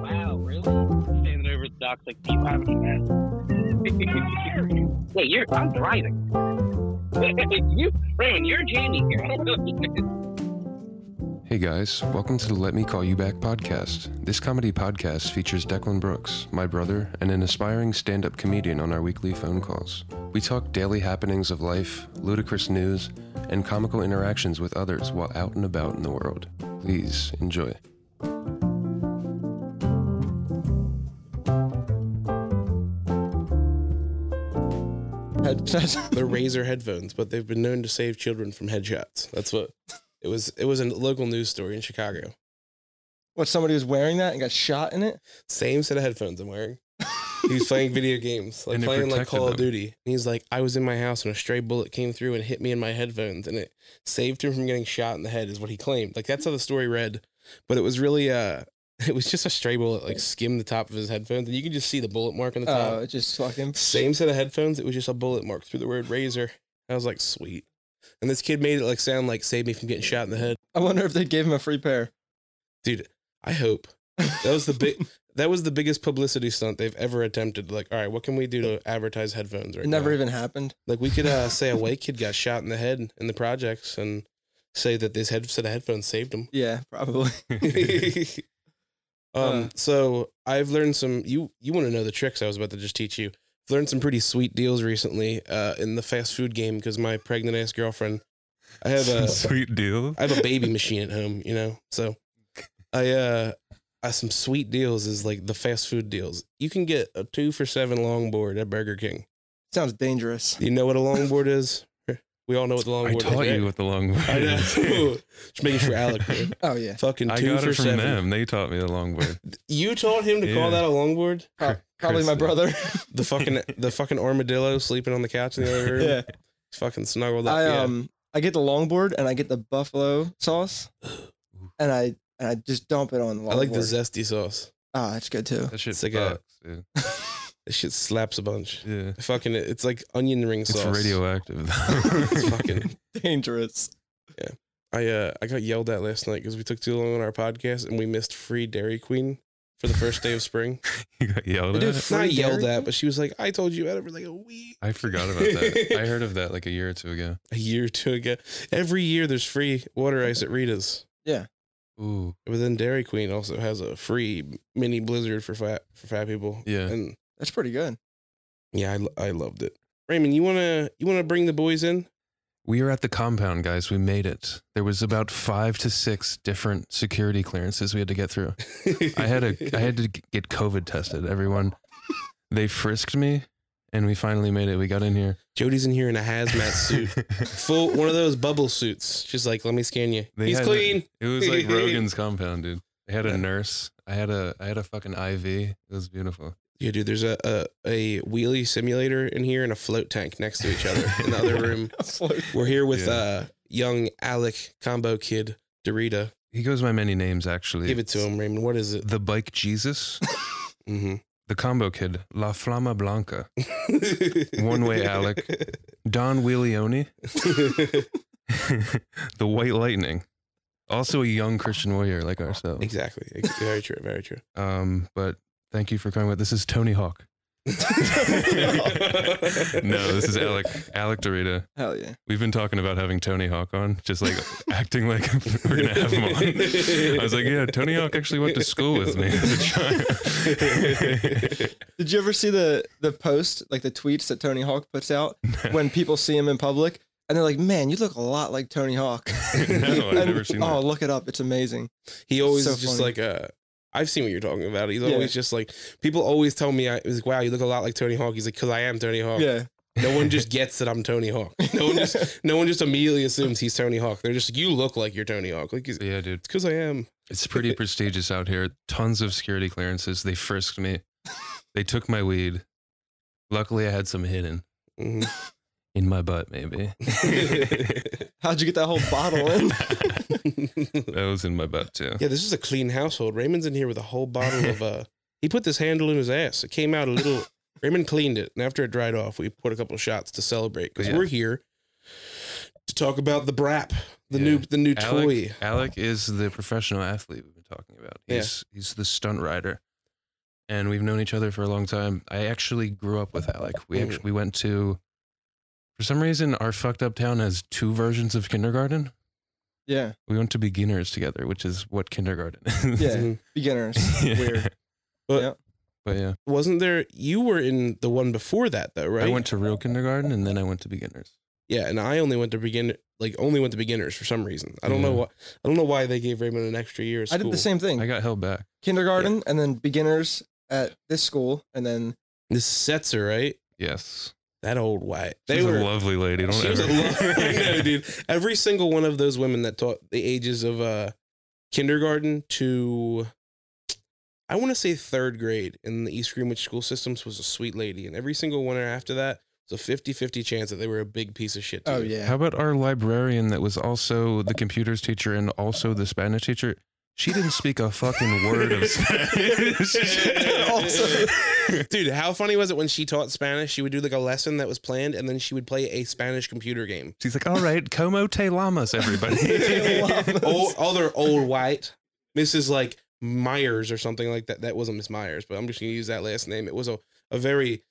really? Standing over the docks like, keep having that. Wait, you're, I'm driving. you, Raymond, you're jamming here. I don't know. Hey guys, welcome to the Let Me Call You Back podcast. This comedy podcast features Declan Brooks, my brother, and an aspiring stand up comedian on our weekly phone calls. We talk daily happenings of life, ludicrous news, and comical interactions with others while out and about in the world. Please enjoy. headsets. They're razor headphones, but they've been known to save children from headshots. That's what it was. It was a local news story in Chicago. what somebody was wearing that and got shot in it? Same set of headphones I'm wearing. He was playing video games, like And it playing like protected Call of them. Duty. And he's like, I was in my house and a stray bullet came through and hit me in my headphones, and it saved him from getting shot in the head, is what he claimed. Like that's how the story read, but it was really uh, it was just a stray bullet like skimmed the top of his headphones, and you could just see the bullet mark on the top. Oh, it just fucking Same set of headphones. It was just a bullet mark through the word razor. I was like, sweet. And this kid made it like sound like save me from getting shot in the head. I wonder if they gave him a free pair. Dude, I hope. That was the big that was the biggest publicity stunt they've ever attempted. Like, all right, what can we do to advertise headphones right It never now? even happened. like we could uh, say a white kid got shot in the head in the projects and say that this head set of headphones saved him. Yeah, probably. um Uh. so I've learned some you you want to know the tricks I was about to just teach you. I've learned some pretty sweet deals recently uh in the fast food game because my pregnant ass girlfriend I have a Sweet deal. I have a baby machine at home, you know. So I uh I, some sweet deals is like the fast food deals. You can get a 2 for 7 longboard at Burger King. Sounds dangerous. You know what a longboard is? We all know Oh, what the I longboard is. taught right? you what the longboard I know. is. just making sure Alec knew. Oh yeah. Fucking I 2 got for it from 7. them. They taught me the longboard. You told him to Yeah. call that a longboard? Pro- probably Chris my did. brother. The fucking the fucking armadillo sleeping on the couch in the other room. yeah. Fucking snuggled up. I yeah. um I get the longboard and I get the buffalo sauce and I and I just dump it on the longboard. I like the zesty sauce. Ah, that's good too. That shit It's like a- sucks. dude. This shit slaps a bunch. Yeah. Fucking it's like onion ring It's sauce. radioactive. It's fucking Dangerous. I uh I got yelled at last night because we took too long on our podcast and we missed free Dairy Queen for the first day of spring. you got yelled They at. do Not Free yelled Dairy at, but she was like, "I told you about it for like a week, I forgot about that. I heard of that like a year or two ago. a year or two ago. Every year there's free water ice at Rita's, Ooh. but then Dairy Queen also has a free mini Blizzard for fat for fat people. Yeah. and That's pretty good. yeah, I, lo- I loved it. Raymond, you wanna you wanna bring the boys in? We are at the compound, guys. We made it. There was about five to six different security clearances we had to get through. I had a I had to g- get COVID tested. Everyone, they frisked me, and we finally made it. We got in here. Jody's in here in a hazmat suit, full one of those bubble suits. She's like, "Let me scan you. They He's had- clean." It was like Rogan's compound, dude. I had a nurse. I had a I had a fucking IV. It was beautiful. Yeah, dude, there's a, a a wheelie simulator in here and a float tank next to each other in the other room. We're here with Yeah. uh young Alec combo kid Dorita. He goes by many names, actually. Give it to him, Raymond. What is it? The bike Jesus, hmm the combo kid, La Flama Blanca, Mm-hmm. One way, Alec. Don Willione, the White Lightning, also a young Christian warrior like ourselves. exactly. Ex- Very true. Very true. Um, but thank you for coming with. This is Tony Hawk. no, this is Alec Alec Dorita. Hell yeah. We've been talking about having Tony Hawk on, just like acting like we're gonna have him on. I was like, yeah, Tony Hawk actually went to school with me as a child. Did you ever see the the post, like the tweets that Tony Hawk puts out when people see him in public and they're like, "Man, you look a lot like Tony Hawk." no, I've And- never seen Oh, that. look it up. It's amazing. He always So is just funny. like uh I've seen what you're talking about. He's Yeah. always just like people always tell me I was like, wow, you look a lot like Tony Hawk. He's like, cause I am Tony Oh. Hawk. Yeah. No one just gets that I'm Tony Hawk. No one just no one just immediately assumes he's Tony Hawk. They're just like, you look like you're Tony Hawk. Like, he's- it's Yeah, dude. because I am. It's pretty prestigious out here. Tons of security clearances. They frisked me. They took my weed. Luckily, I had some hidden Mhm. in my butt, maybe. How'd you get that whole bottle in? That was in my butt too. yeah, this is a clean household. Raymond's in here with a whole bottle of. uh He put this handle in his ass. It came out a little. Raymond cleaned it, and after it dried off, we put a couple of shots to celebrate because Yeah. we're here to talk about the Brap, the new Yeah. the new Alec, toy. Alec is the professional athlete we've been talking about. He's he's the stunt rider. and we've known each other for a long time. I actually grew up with Alec. We Mm. actually we went to for some reason our fucked up town has two versions of kindergarten. Yeah. We went to beginners together, which is what kindergarten is. Yeah. Mhm. Beginners. Yeah. Weird. But yeah, Wasn't there? You were in the one before that though, right? I went to real kindergarten and then I went to beginners. Yeah, and I only went to begin like only went to beginners for some reason. I don't know Yeah. what I don't know why they gave Raymond an extra year. I Of school. did the same thing. I got held back. Kindergarten and then beginners at this school and then This Setzer, right? Yes, That old white. They she's were. a lovely lady. Don't she was ever. a lo- I know, dude. Every single one of those women that taught the ages of uh kindergarten to I want to say third grade in the East Greenwich school systems was a sweet lady, and every single winner after that was a 50-50 chance that they were a big piece of shit. To oh you. yeah. How about our librarian that was also the computers teacher and also the Spanish teacher? She didn't speak a fucking word of Spanish. Also- Dude, how funny was it when she taught Spanish? She would do like a lesson that was planned, and then she would play a Spanish computer game. She's like, all right, como te llamas, Te everybody. llamas. Old, other old white, Mrs. like Myers or something like that. That wasn't Miss Myers, but I'm just gonna use that last name. It was a, a very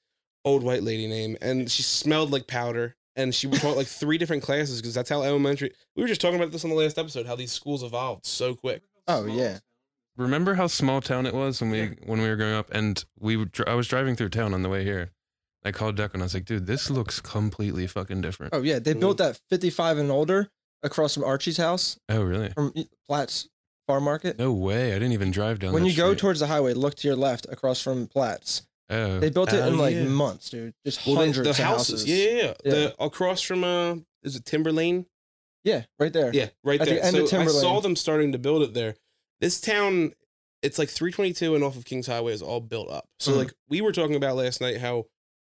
old white lady name, and she smelled like powder. And she taught like three different classes because that's how elementary. We were just talking about this on the last episode, how these schools evolved so quick. Oh yeah. Remember how small town it was when we when we were growing up, and we were, dr- I was driving through town on the way here. I called Duck and I was like, dude, this looks completely fucking Uh, different. Oh yeah. They built that 55 and older across from Archie's house Oh, really? from Platt's Farm Market. No way. I didn't even drive down. when that you go street. towards the highway, look to your left across from Platt's. oh, They built it Oh, in like yeah. months, dude. Just Well, they- hundreds of houses. Yeah, yeah, yeah. Yeah. The, across from uh, is it Timber Lane? Yeah, right there. Yeah, right At the there. end so of I saw Timberland. them starting to build it there. This town, it's like 322 and off of Kings Highway is all built up. So Mhm. like we were talking about last night how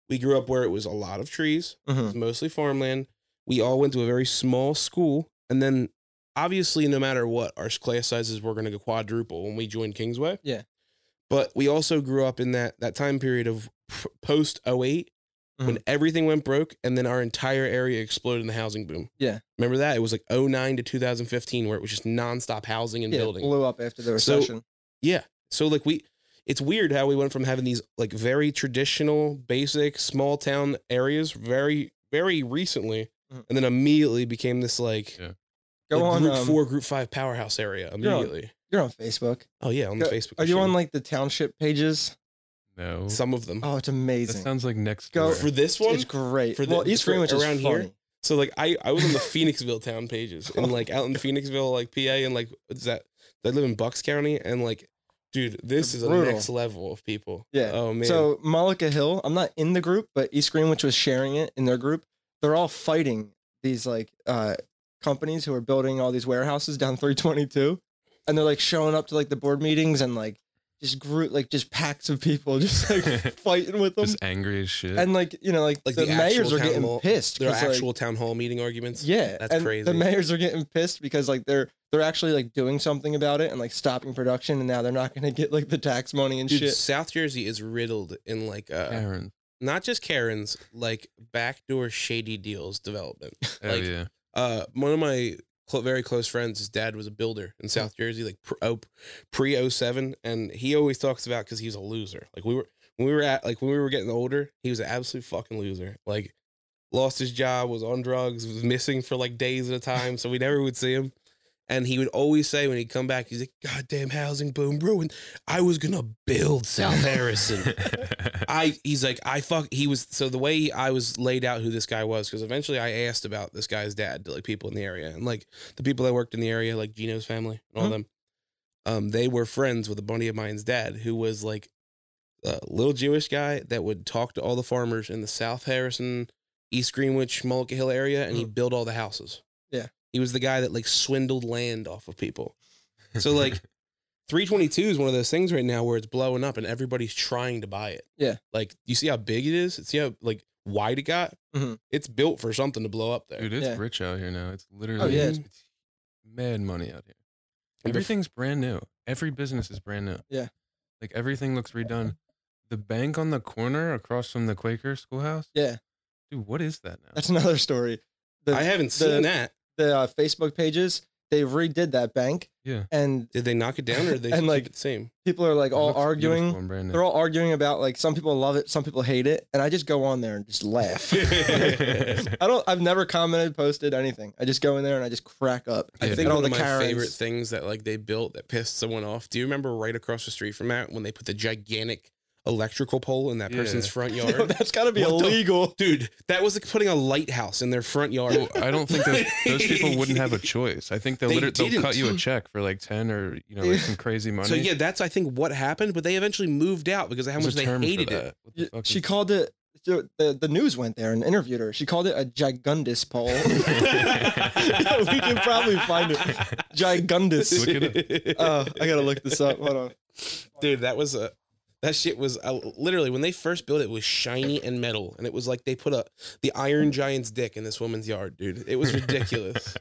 we grew up where it was a lot of trees, it Mhm. was mostly farmland. We all went to a very small school, and then obviously, no matter what, our class sizes were going to quadruple when we joined Kingsway. Yeah. but we also grew up in that that time period of p- post 8 Hmm. when everything went broke and then our entire area exploded in the housing boom. Yeah. Remember that? It was like 09 to 2015 where it was just nonstop housing and Yeah, it building. blew up after the So- recession. yeah. So like we it's weird how we went from having these like very traditional, basic, small town areas very very recently Mhm. and then immediately became this like Yeah. go like, on. group um, 4 group 5 powerhouse area immediately. You're on Facebook. Oh yeah, on Go- the Facebook. Are you machine. on like the township pages? no. some of them? Oh, it's That amazing. sounds like next Go- door. For this one? It's great. For the- well, East for Greenwich is around funny. here? So like I I was on the Phoenixville town pages Oh. and like out in Phoenixville like PA and like is that I live in Bucks County and like dude this is a Brutal. next level of people. Yeah. Oh man. So Malika Hill, I'm not in the group, but East Greenwich was sharing it in their group. They're all fighting these like uh, companies who are building all these warehouses down 322, and they're like showing up to like the board meetings and like just group like just packs of people just like fighting with them, Just angry as shit. and like you know like, uh, Like, the, the actual mayors are town getting hall- pissed. their 'cause, like, actual town hall meeting arguments. Yeah, That's and crazy. The mayors are getting pissed because like they're they're actually like doing something about it and like stopping production, and now they're not going to get like the tax money and Dude, shit. South Jersey is riddled in like uh Aaron. not just Karen's like backdoor shady deals development. Oh like, yeah. uh one of my cl- very close friends his dad was a builder in south jersey like pr- oh, pre 07 and he always talks about because he was a loser like we were when we were at like when we were getting older he was an absolute fucking loser like lost his job was on drugs was missing for like days at a time so we never would see him and he would always say when he'd come back he's like goddamn housing boom ruined i was gonna build south harrison I he's like I fuck he was so the way I was laid out who this guy was because eventually I asked about this guy's dad to like people in the area and like the people that worked in the area like Gino's family and all Mhm. them um they were friends with a buddy of mine's dad who was like a little Jewish guy that would talk to all the farmers in the South Harrison East Greenwich Mullica Hill area and he built all the Mm-hmm. houses Yeah. he was the guy that like swindled land off of people so like 322 is one of those things right now where it's blowing up and everybody's trying to buy it. Yeah. Like you see how big it is? See how like wide it got? Mhm. It's built for something to blow up there. Dude, it's Yeah. Oh, rich out here now. It's literally yeah, it's, mad money out here. And bef- Everything's brand new. Every business is brand new. Yeah. Like everything looks redone. The bank on the corner across from the Quaker schoolhouse. Yeah, Dude, what is that now? that's another story. The I haven't the- seen that. the uh, Facebook pages they redid that bank Yeah. and Did they knock it down or did they And, keep like- it the same? people are like all Looks arguing. beautiful and brand new. They're all arguing about like some people love it, some people hate it, and I just go on there and just laugh. I don't. I've never commented, posted anything. I just go in there and I just crack up. I Yeah. think And all one of the my Karens. favorite things that like they built that pissed someone off. Do you remember right across the street from that when they put the gigantic electrical pole in that person's Yeah. front Yo, yard? that's gotta be What the- illegal. Dude, that was like putting a lighthouse in their front yard. Well, I don't think those, those people wouldn't have a choice. I think they'll They literally they'll didn't. cut you a check for like ten or you know like some crazy money. So yeah, that's I think what happened, but they eventually moved out because of how There's much a they term for hated it. that. What the Y- fuck She is- called it. The, the, the news went there and interviewed her. She called it a gigundus pole. Yeah, we can probably find it. Gigundus. Look it Oh, I gotta look this up. Hold on. Dude, that was a that shit was uh, literally when they first built it it was shiny and metal, and it was like they put a the Iron Giant's dick in this woman's yard, dude. It was ridiculous.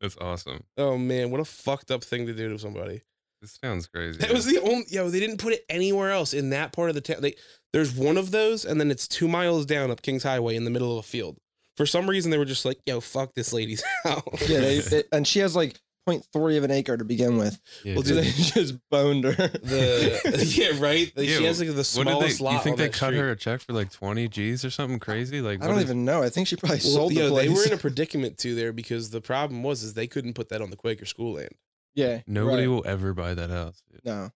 That's awesome. oh man, what a fucked up thing to do to somebody. This sounds crazy. That was the only yo. They didn't put it anywhere else in that part of the town. They, there's one of those, and then it's two miles down up Kings Highway in the middle of a field. For some reason, they were just like, yo, fuck this lady's house. Yeah, they, they- and she has like 0.3 of an acre to begin with. Yeah, Well, dude. So they just boned her. the yeah right. The- Yeah, she has like the what did smallest they? lot. You on think they that cut street. her a check for like twenty G's or something crazy? Like I what don't is- even know. I think she probably Well, sold yo, the place. they were in a predicament too there because the problem was is they couldn't put that on the Quaker school land. yeah. Nobody right. will ever buy that house. dude. No.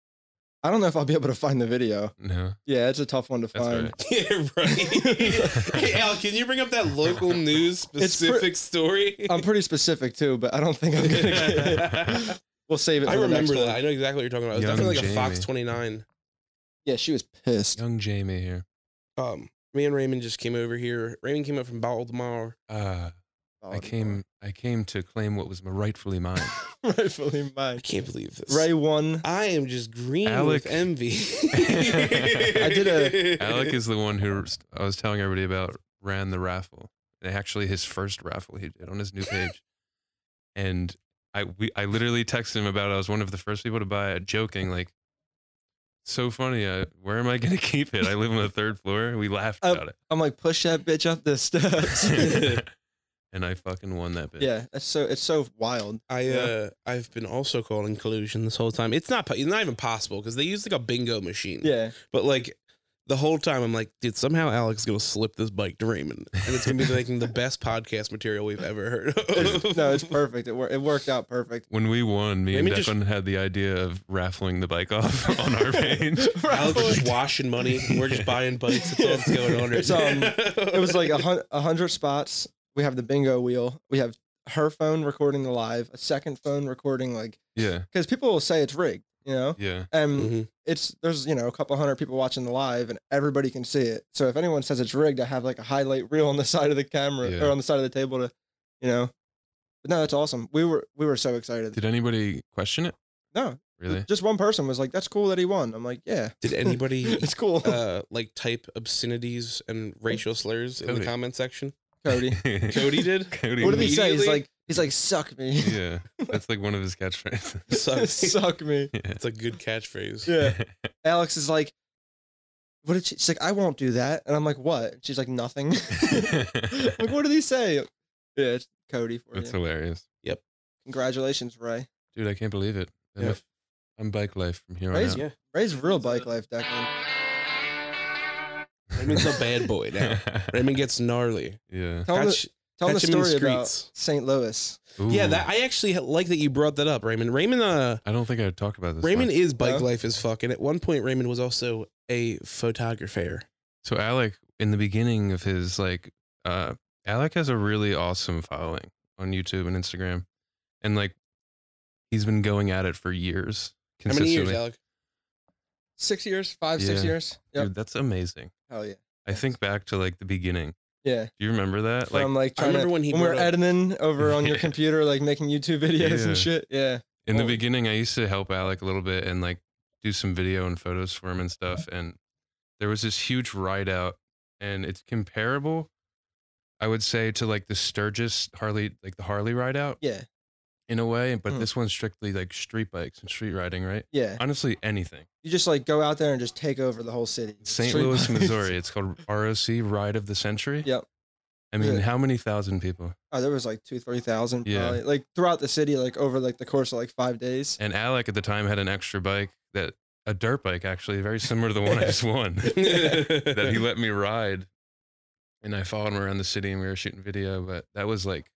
I don't know if I'll be able to find the video. No, Yeah, it's a tough one to that's find. right. yeah, right. hey, Al, can you bring up that local news It's pre- specific story? I'm pretty specific too, but I don't think I'm gonna get it. We'll save it. I for the next remember that. one. I know exactly what you're talking about. It was Young definitely like a Fox Jamie. 29. Yeah, she was pissed. Young Jamie here. Um, me and Raymond just came over here. Raymond came up from Baltimore. Uh, I Oh, came. I came to claim what was my- rightfully mine. rightfully mine. I can't believe this. Ray won. I am just green Alec- with envy. I did a- Alec is the one who I was telling everybody about ran the raffle. And actually, his first raffle he did on his new page. and I we I literally texted him about it. I was one of the first people to buy it, joking like, "So funny! Uh, where am I going to keep it? I live on the third floor." We laughed Um, Uh, about I'm like, push that bitch up the steps. it, and I fucking won that bit. yeah, it's so it's so wild. I Yeah. uh, I've been also calling collusion this whole time. It's not po- it's not even possible because they use like a bingo machine. Yeah, But like the whole time, I'm like, dude, somehow Alex is gonna slip this bike to Raymond, and it's gonna be like the best podcast material we've ever heard. Of. no, it's perfect. It wor- it worked out perfect. When we won, me Let and me just- Declan had the idea of raffling the bike off on our page. Alex is just washing money. We're just buying bikes. That's all that's going on. It's, um, it it was like a hun- a hundred spots. We have the bingo wheel. We have her phone recording the live, a second phone recording like yeah, because people will say it's rigged, you know. yeah. And Mm-hmm. it's there's you know a couple hundred people watching the live and everybody can see it. So if anyone says it's rigged, I have like a highlight reel on the side of the camera Yeah. or on the side of the table to, you know. But no, that's awesome. We were we were so excited. Did anybody question it? No, Really? just one person was like, "That's cool that he won." I'm like, "Yeah, Did anybody it's cool, uh, like type obscenities and racial slurs in Cody. the comment section? Cody." Cody did. Cody. What did he say? He's Immediately- like, he's like, "Suck me, Yeah, that's like one of his catchphrases. Sucks. suck me." Yeah. It's a good catchphrase. Yeah. Alex is like, "What did she?" She's like, "I won't do that," and I'm like, "What?" She's like, "Nothing." I'm like, what did he say? Yeah, it's Cody for That's you. hilarious, Congratulations, Ray. dude. I can't believe it. I'm, Yeah. a- I'm bike life from here on Ray's, out. Yeah. Ray's real bike life, Declan. Raymond's a bad boy now. Raymond gets gnarly. yeah. Tell him Catch- the, tell him the catch him in the story about streets. St. Louis. Yeah, Ooh. that I actually like that you brought that up, Raymond. Raymond, uh, I don't think I talked about this. Raymond much. is bike Yeah. life as fuck, and at one point Raymond was also a photographer. So Alec, in the beginning of his like, uh, Alec has a really awesome following on YouTube and Instagram, and like, he's been going at it for years. How many Consistently. years, Alec? Six years, five, six Yeah. years. Yep. Dude, that's amazing. Hell yeah. I think back to like the beginning. Yeah. Do you remember that? From like like I trying remember to, when when, he we were brought up- editing over on your Yeah. computer, like making YouTube videos Yeah. and shit. Yeah. in the Oh. beginning, I used to help Alec a little bit and like do some video and photos for him and stuff. And there was this huge ride out, and it's comparable, I would say, to like the Sturgis Harley, like the Harley ride out Yeah. in a way. But Mm. this one's strictly like street bikes and street riding, right? Yeah. Honestly, anything. You just like go out there and just take over the whole city. St. Street Louis, bikes. Missouri. It's called ROC Ride of the Century. Yep. I mean, Yeah. how many thousand people? Oh, there was like two, three thousand, Yeah. probably, like throughout the city, like over like the course of like five days. And Alec at the time had an extra bike that a dirt bike actually, very similar to the one I just won. that he let me ride. And I followed him around the city and we were shooting video, but that was like,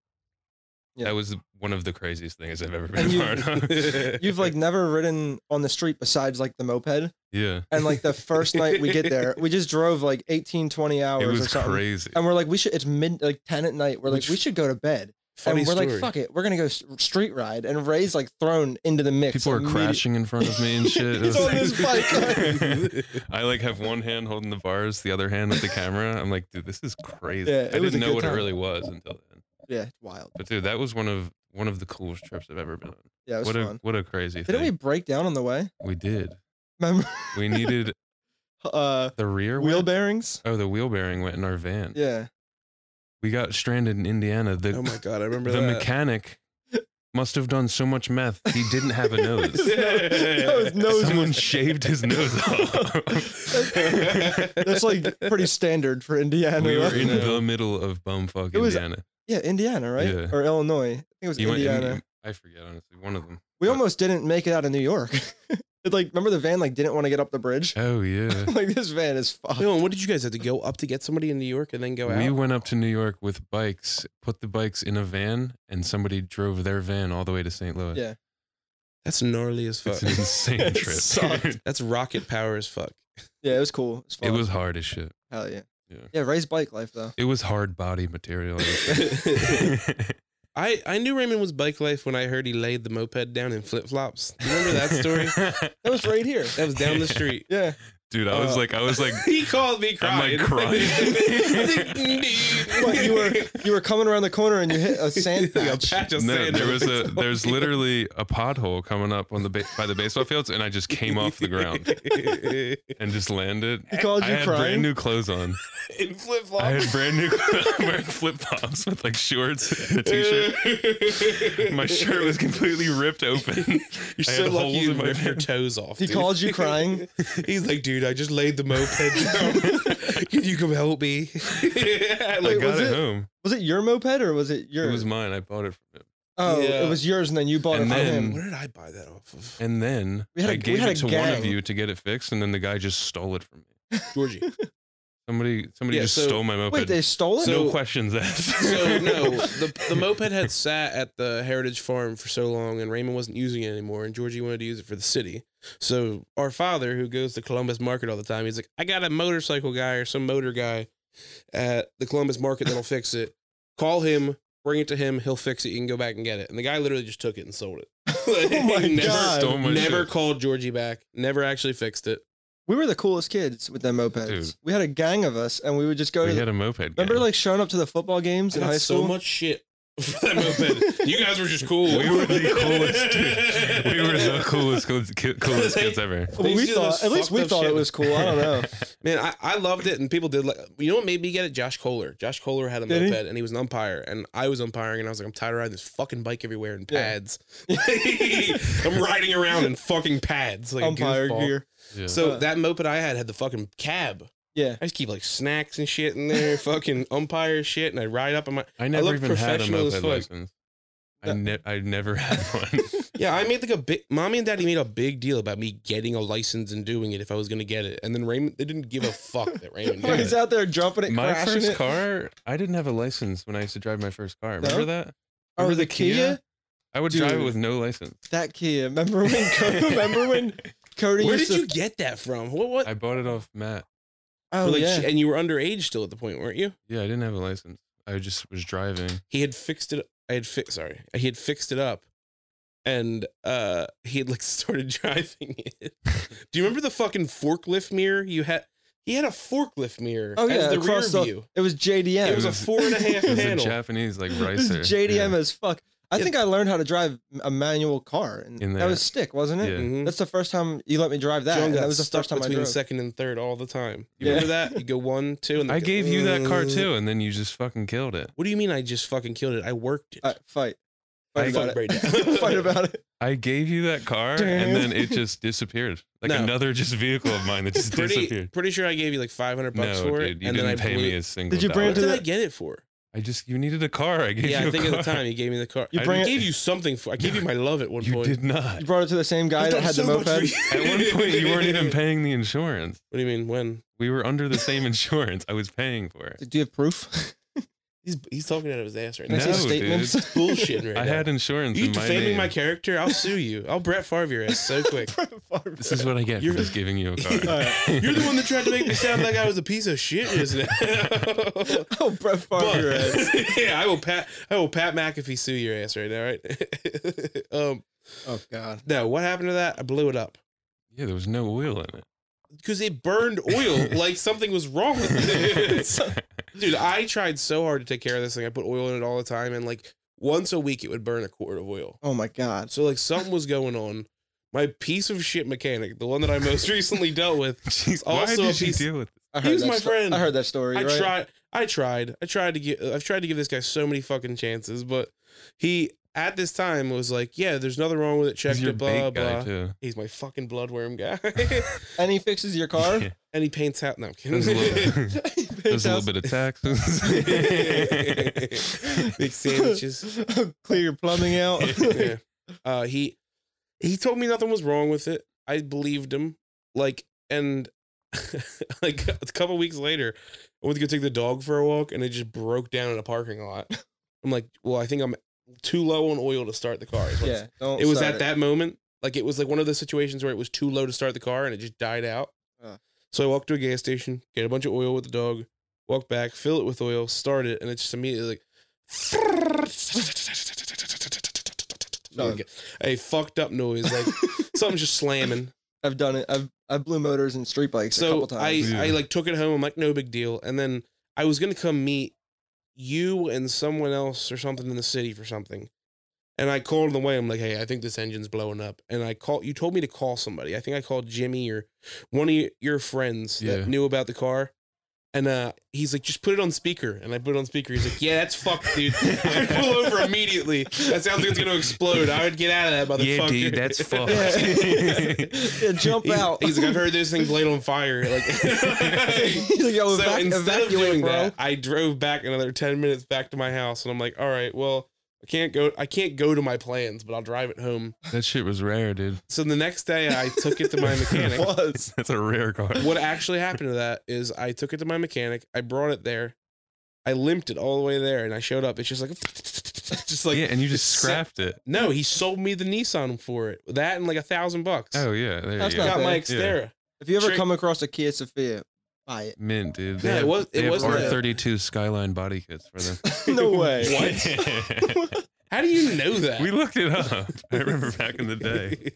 Yeah. that was one of the craziest things I've ever And been a part of. You've like never ridden on the street besides like the moped. yeah. And like the first night we get there, we just drove like 18, 20 hours It or was something. crazy. And we're like, we should, it's mid, like 10 at night. We're like, Which- we should go to bed. Funny and Oh, we're story. like, fuck it. We're going to go s- street ride. And Ray's like thrown into the mix. People are immediate- crashing in front of me and shit. It was He's on like- this bike. I like have one hand holding the bars, the other hand with the camera. I'm like, dude, this is crazy. Yeah, I it was didn't know a good what it time. really was until then. Yeah, it's wild. But dude, that was one of one of the coolest trips I've ever been on. Yeah, it was What fun. a what a crazy Didn't we thing. break down on the way? We, did. Remember? We needed uh, the rear wheel went- bearings? Oh, the wheel bearing went in our van. Yeah. We got stranded in Indiana. The oh my god, I remember the that. mechanic must have done so much meth he didn't have a nose. His no- his nose was- Someone shaved his nose off. That's like pretty standard for Indiana. we were right? in Yeah. the middle of bumfuck It was- Indiana. yeah, Indiana, right? Yeah. Or Illinois. I think it was You went in- Indiana. I forget honestly. One of them. we but- almost didn't make it out of New York. it, like, remember the van like didn't want to get up the bridge? Oh yeah. like this van is fucked. No, and what did you guys have to go up to get somebody in New York and then go out? We went up to New York with bikes, put the bikes in a van, and somebody drove their van all the way to St. Louis. Yeah. That's gnarly as fuck. It's an insane It trip. sucked. That's rocket power as fuck. Yeah, it was cool. It was, it fun. was hard as shit. hell yeah. Yeah. Yeah, Ray's bike life though. It was hard body material. I, I knew Raymond was bike life when I heard he laid the moped down in flip flops. You remember that story? That was right here. that was down the street. Yeah. Dude, I was Oh. Uh, like, I was like, he called me I'm, crying. like, crying. What, you were you were coming around the corner and you hit a sand Like a patch. patch of no, sand there over was the a, top. there's literally a pothole coming up on the ba- by the baseball fields, and I just came off the ground and just landed. He called I you had brand crying? Oh. new clothes on. in I flip flops. had brand new I'm wearing flip flops with like shorts, and a t-shirt. My shirt was completely ripped open. You're I so had holes lucky you in my ripped your pants. toes off. He dude. called you crying? He's like, dude, I just laid the moped down. Can you come help me? I I Wait, got was it, it- home. Was it your moped or was it It yours? was mine. I bought it from him. oh, Yeah. it was yours and then you bought And it from then- him. Where did I buy that off of? And then We had a- I we gave had it to a one of gang. you to get it fixed, and then the guy just stole it from me. Georgie. Somebody, somebody Yeah, just so- stole my moped. Wait, they stole it? Oh So- no questions asked. So no, the the moped had sat at the Heritage Farm for so long, and Raymond wasn't using it anymore, and Georgie wanted to use it for the city. So our father, who goes to Columbus Market all the time, he's like, "I got a motorcycle guy or some motor guy at the Columbus Market that'll fix it. Call him, bring it to him, he'll fix it. You can go back and get it." And the guy literally just took it and sold it. Oh my He God. Stole my Never shit. called Georgie back. Never actually fixed it. we were the coolest kids with them mopeds. Dude. We had a gang of us and we would just go to we the- had a moped. Remember gang. like showing up to the football games I in got high school? so much shit for that moped. you guys were just cool. we were the coolest. Dude. We were the coolest, coolest, coolest kids ever. Well, They we used to do thought, those at least fucked we up thought shit. it was cool. I don't know. Man, I, I loved it, and people did like. You know what made me get it? Josh Kohler. Josh Kohler had a Did he? moped, and he was an umpire, and I was umpiring, and I was like, I'm tired of riding this fucking bike everywhere in Yeah. pads. I'm riding around in fucking pads, like Umpire a goofball. gear. Yeah. So Uh. that moped I had had the fucking cab. Yeah. I just keep like snacks and shit in there, fucking umpire shit, and I ride up on my. I never look even had a professional as moped fuck. license. I, ne- I never had one. Yeah, I made like a big. Mommy and daddy made a big deal about me getting a license and doing it if I was gonna get it, and then Raymond they didn't give a fuck that Raymond When did. he's it. out there jumping it, my crashing first it. car, I didn't have a license when I used to drive my first car. Remember No? that? Or Remember Oh, the Kia? I would drive it Dude. with no license. That Kia. Remember when? Co- remember when Cody Where used did to? you get that from? What? What? I bought it off Matt. oh For, like, yeah. sh- and you were underage still at the point, weren't you? Yeah, I didn't have a license. I just was driving. He had fixed it. I had fixed. Sorry, he had fixed it up, and uh, he had like started driving it. Do you remember the fucking forklift mirror you had? He had a forklift mirror. Oh, yeah, as the rear across the- view. It was JDM. It was a four and a half It was a panel. Japanese like It was ricer. JDM as fuck. I Yeah. think I learned how to drive a manual car, and In that there. was stick, wasn't it? Yeah. Mhm. That's the first time you let me drive that. John and got that was the stuck first time I between drove. the second and third all the time. You Yeah. remember that? You go one, two, and then I go, gave you that car "Uh." too, and then you just fucking killed it. What do you mean? I just fucking killed it. I worked it. All right, fight. I Fight about got it. breakdown. Fight about it. I gave you that car, Damn. and then it just disappeared. Like No. another just vehicle of mine that just pretty, disappeared. pretty sure I gave you like five hundred bucks No, for dude, it, you didn't and then I pay blew me a single. Did you bring it What dollar. to did I the- get it for? I just you needed a car. I gave yeah, you I a think car. at the time you gave me the car. You I bring it- gave you something for. I gave you my love at one you point. did not. You brought it to the same guy I've that done had so the much for moped. you. At one point, you weren't even paying the insurance. What do you mean when? We were under the same insurance. I was paying for it. Do you have proof? He's he's talking out of his ass right Can I now. see No, statements? dude. bullshitting right I now. had insurance. you in my defaming name. my character. I'll sue you. I'll Brett Favre your ass so quick. This is what I get You're- for just giving you a car. You're the one that tried to make me sound like I was a piece of shit just now. oh, Brett Favre. your ass. But, yeah, I will pat. I will pat McAfee sue your ass right now. Right. um. Oh God. No. What happened to that? I blew it up yeah, there was no oil in because it burned oil. like something was wrong with it. it. Dude, I tried so hard to take care of this thing. I put oil in it all the time, and like once a week, it would burn a quart of oil. Oh my God. So like something was going on. My piece of shit mechanic, the one that I most recently dealt with, Jeez, why Also a did you piece- deal with? I He was that my sto- friend. I heard that story. I right? tried, I tried, I tried to give, I've tried to give this guy so many fucking chances, but he at this time was like, yeah, there's nothing wrong with it. He's Checked your it, blah bait guy blah. too. He's my fucking bloodworm guy, And he fixes your car. Yeah, and he paints out. No, I'm there's a kidding. little, there's a little bit of taxes. Big sandwiches. Clear your plumbing out. yeah. Uh, he he told me nothing was wrong with it. I believed him. Like and like a couple weeks later, I went to go take the dog for a walk, and it just broke down in a parking lot. I'm like, well, I think I'm too low on oil to start the car. It's like- yeah. Don't it was start at that moment. Like it was like one of those situations where it was too low to start the car, and it just died out. Uh. So I walked to a gas station, get a bunch of oil with the dog, walk back, fill it with oil, start it, and it just immediately like. Done. A fucked up noise, like something's just slamming. I've done it. I've I blew motors and street bikes a So couple I, times. I Yeah. like took it home. I'm like, no big deal. And then I was gonna come meet you and someone else or something in the city for something. And I called the way. I'm like, hey, I think this engine's blowing up. And I called. You told me to call somebody. I think I called Jimmy or one of y- your friends Yeah. that knew about the car. And uh, he's like, just put it on speaker. And I put it on speaker. He's like, yeah, that's fucked, dude. I pull over immediately. That sounds like it's gonna explode. I would get out of that motherfucker. Yeah, dude, that's fucked. yeah, jump He's- out. He's like, I've heard this thing's laid on fire. Like, He's like, yo, so evac- instead of evacuate, doing bro. that, I drove back another ten minutes back to my house, and I'm like, all right, well, I can't go. I can't go to my plans, but I'll drive it home. that shit was rare, dude. So the next day, I took it to my mechanic. was. That's a rare car. what actually happened to that is I took it to my mechanic. I brought it there. I limped it all the way there, and I showed up. It's just like, just like yeah, and you just it's- scrapped it. no. He sold me the Nissan for it. That and like a thousand bucks. Oh yeah, there That's you go. not got my bad. Yeah. Xterra. If you ever Trick- come across a Kia Sophia, buy it. Mint, dude. Yeah, it was- it they have wasn't a- R32 Skyline body kits for them. no way. What? How do you know that? we looked it up. I remember back in the day.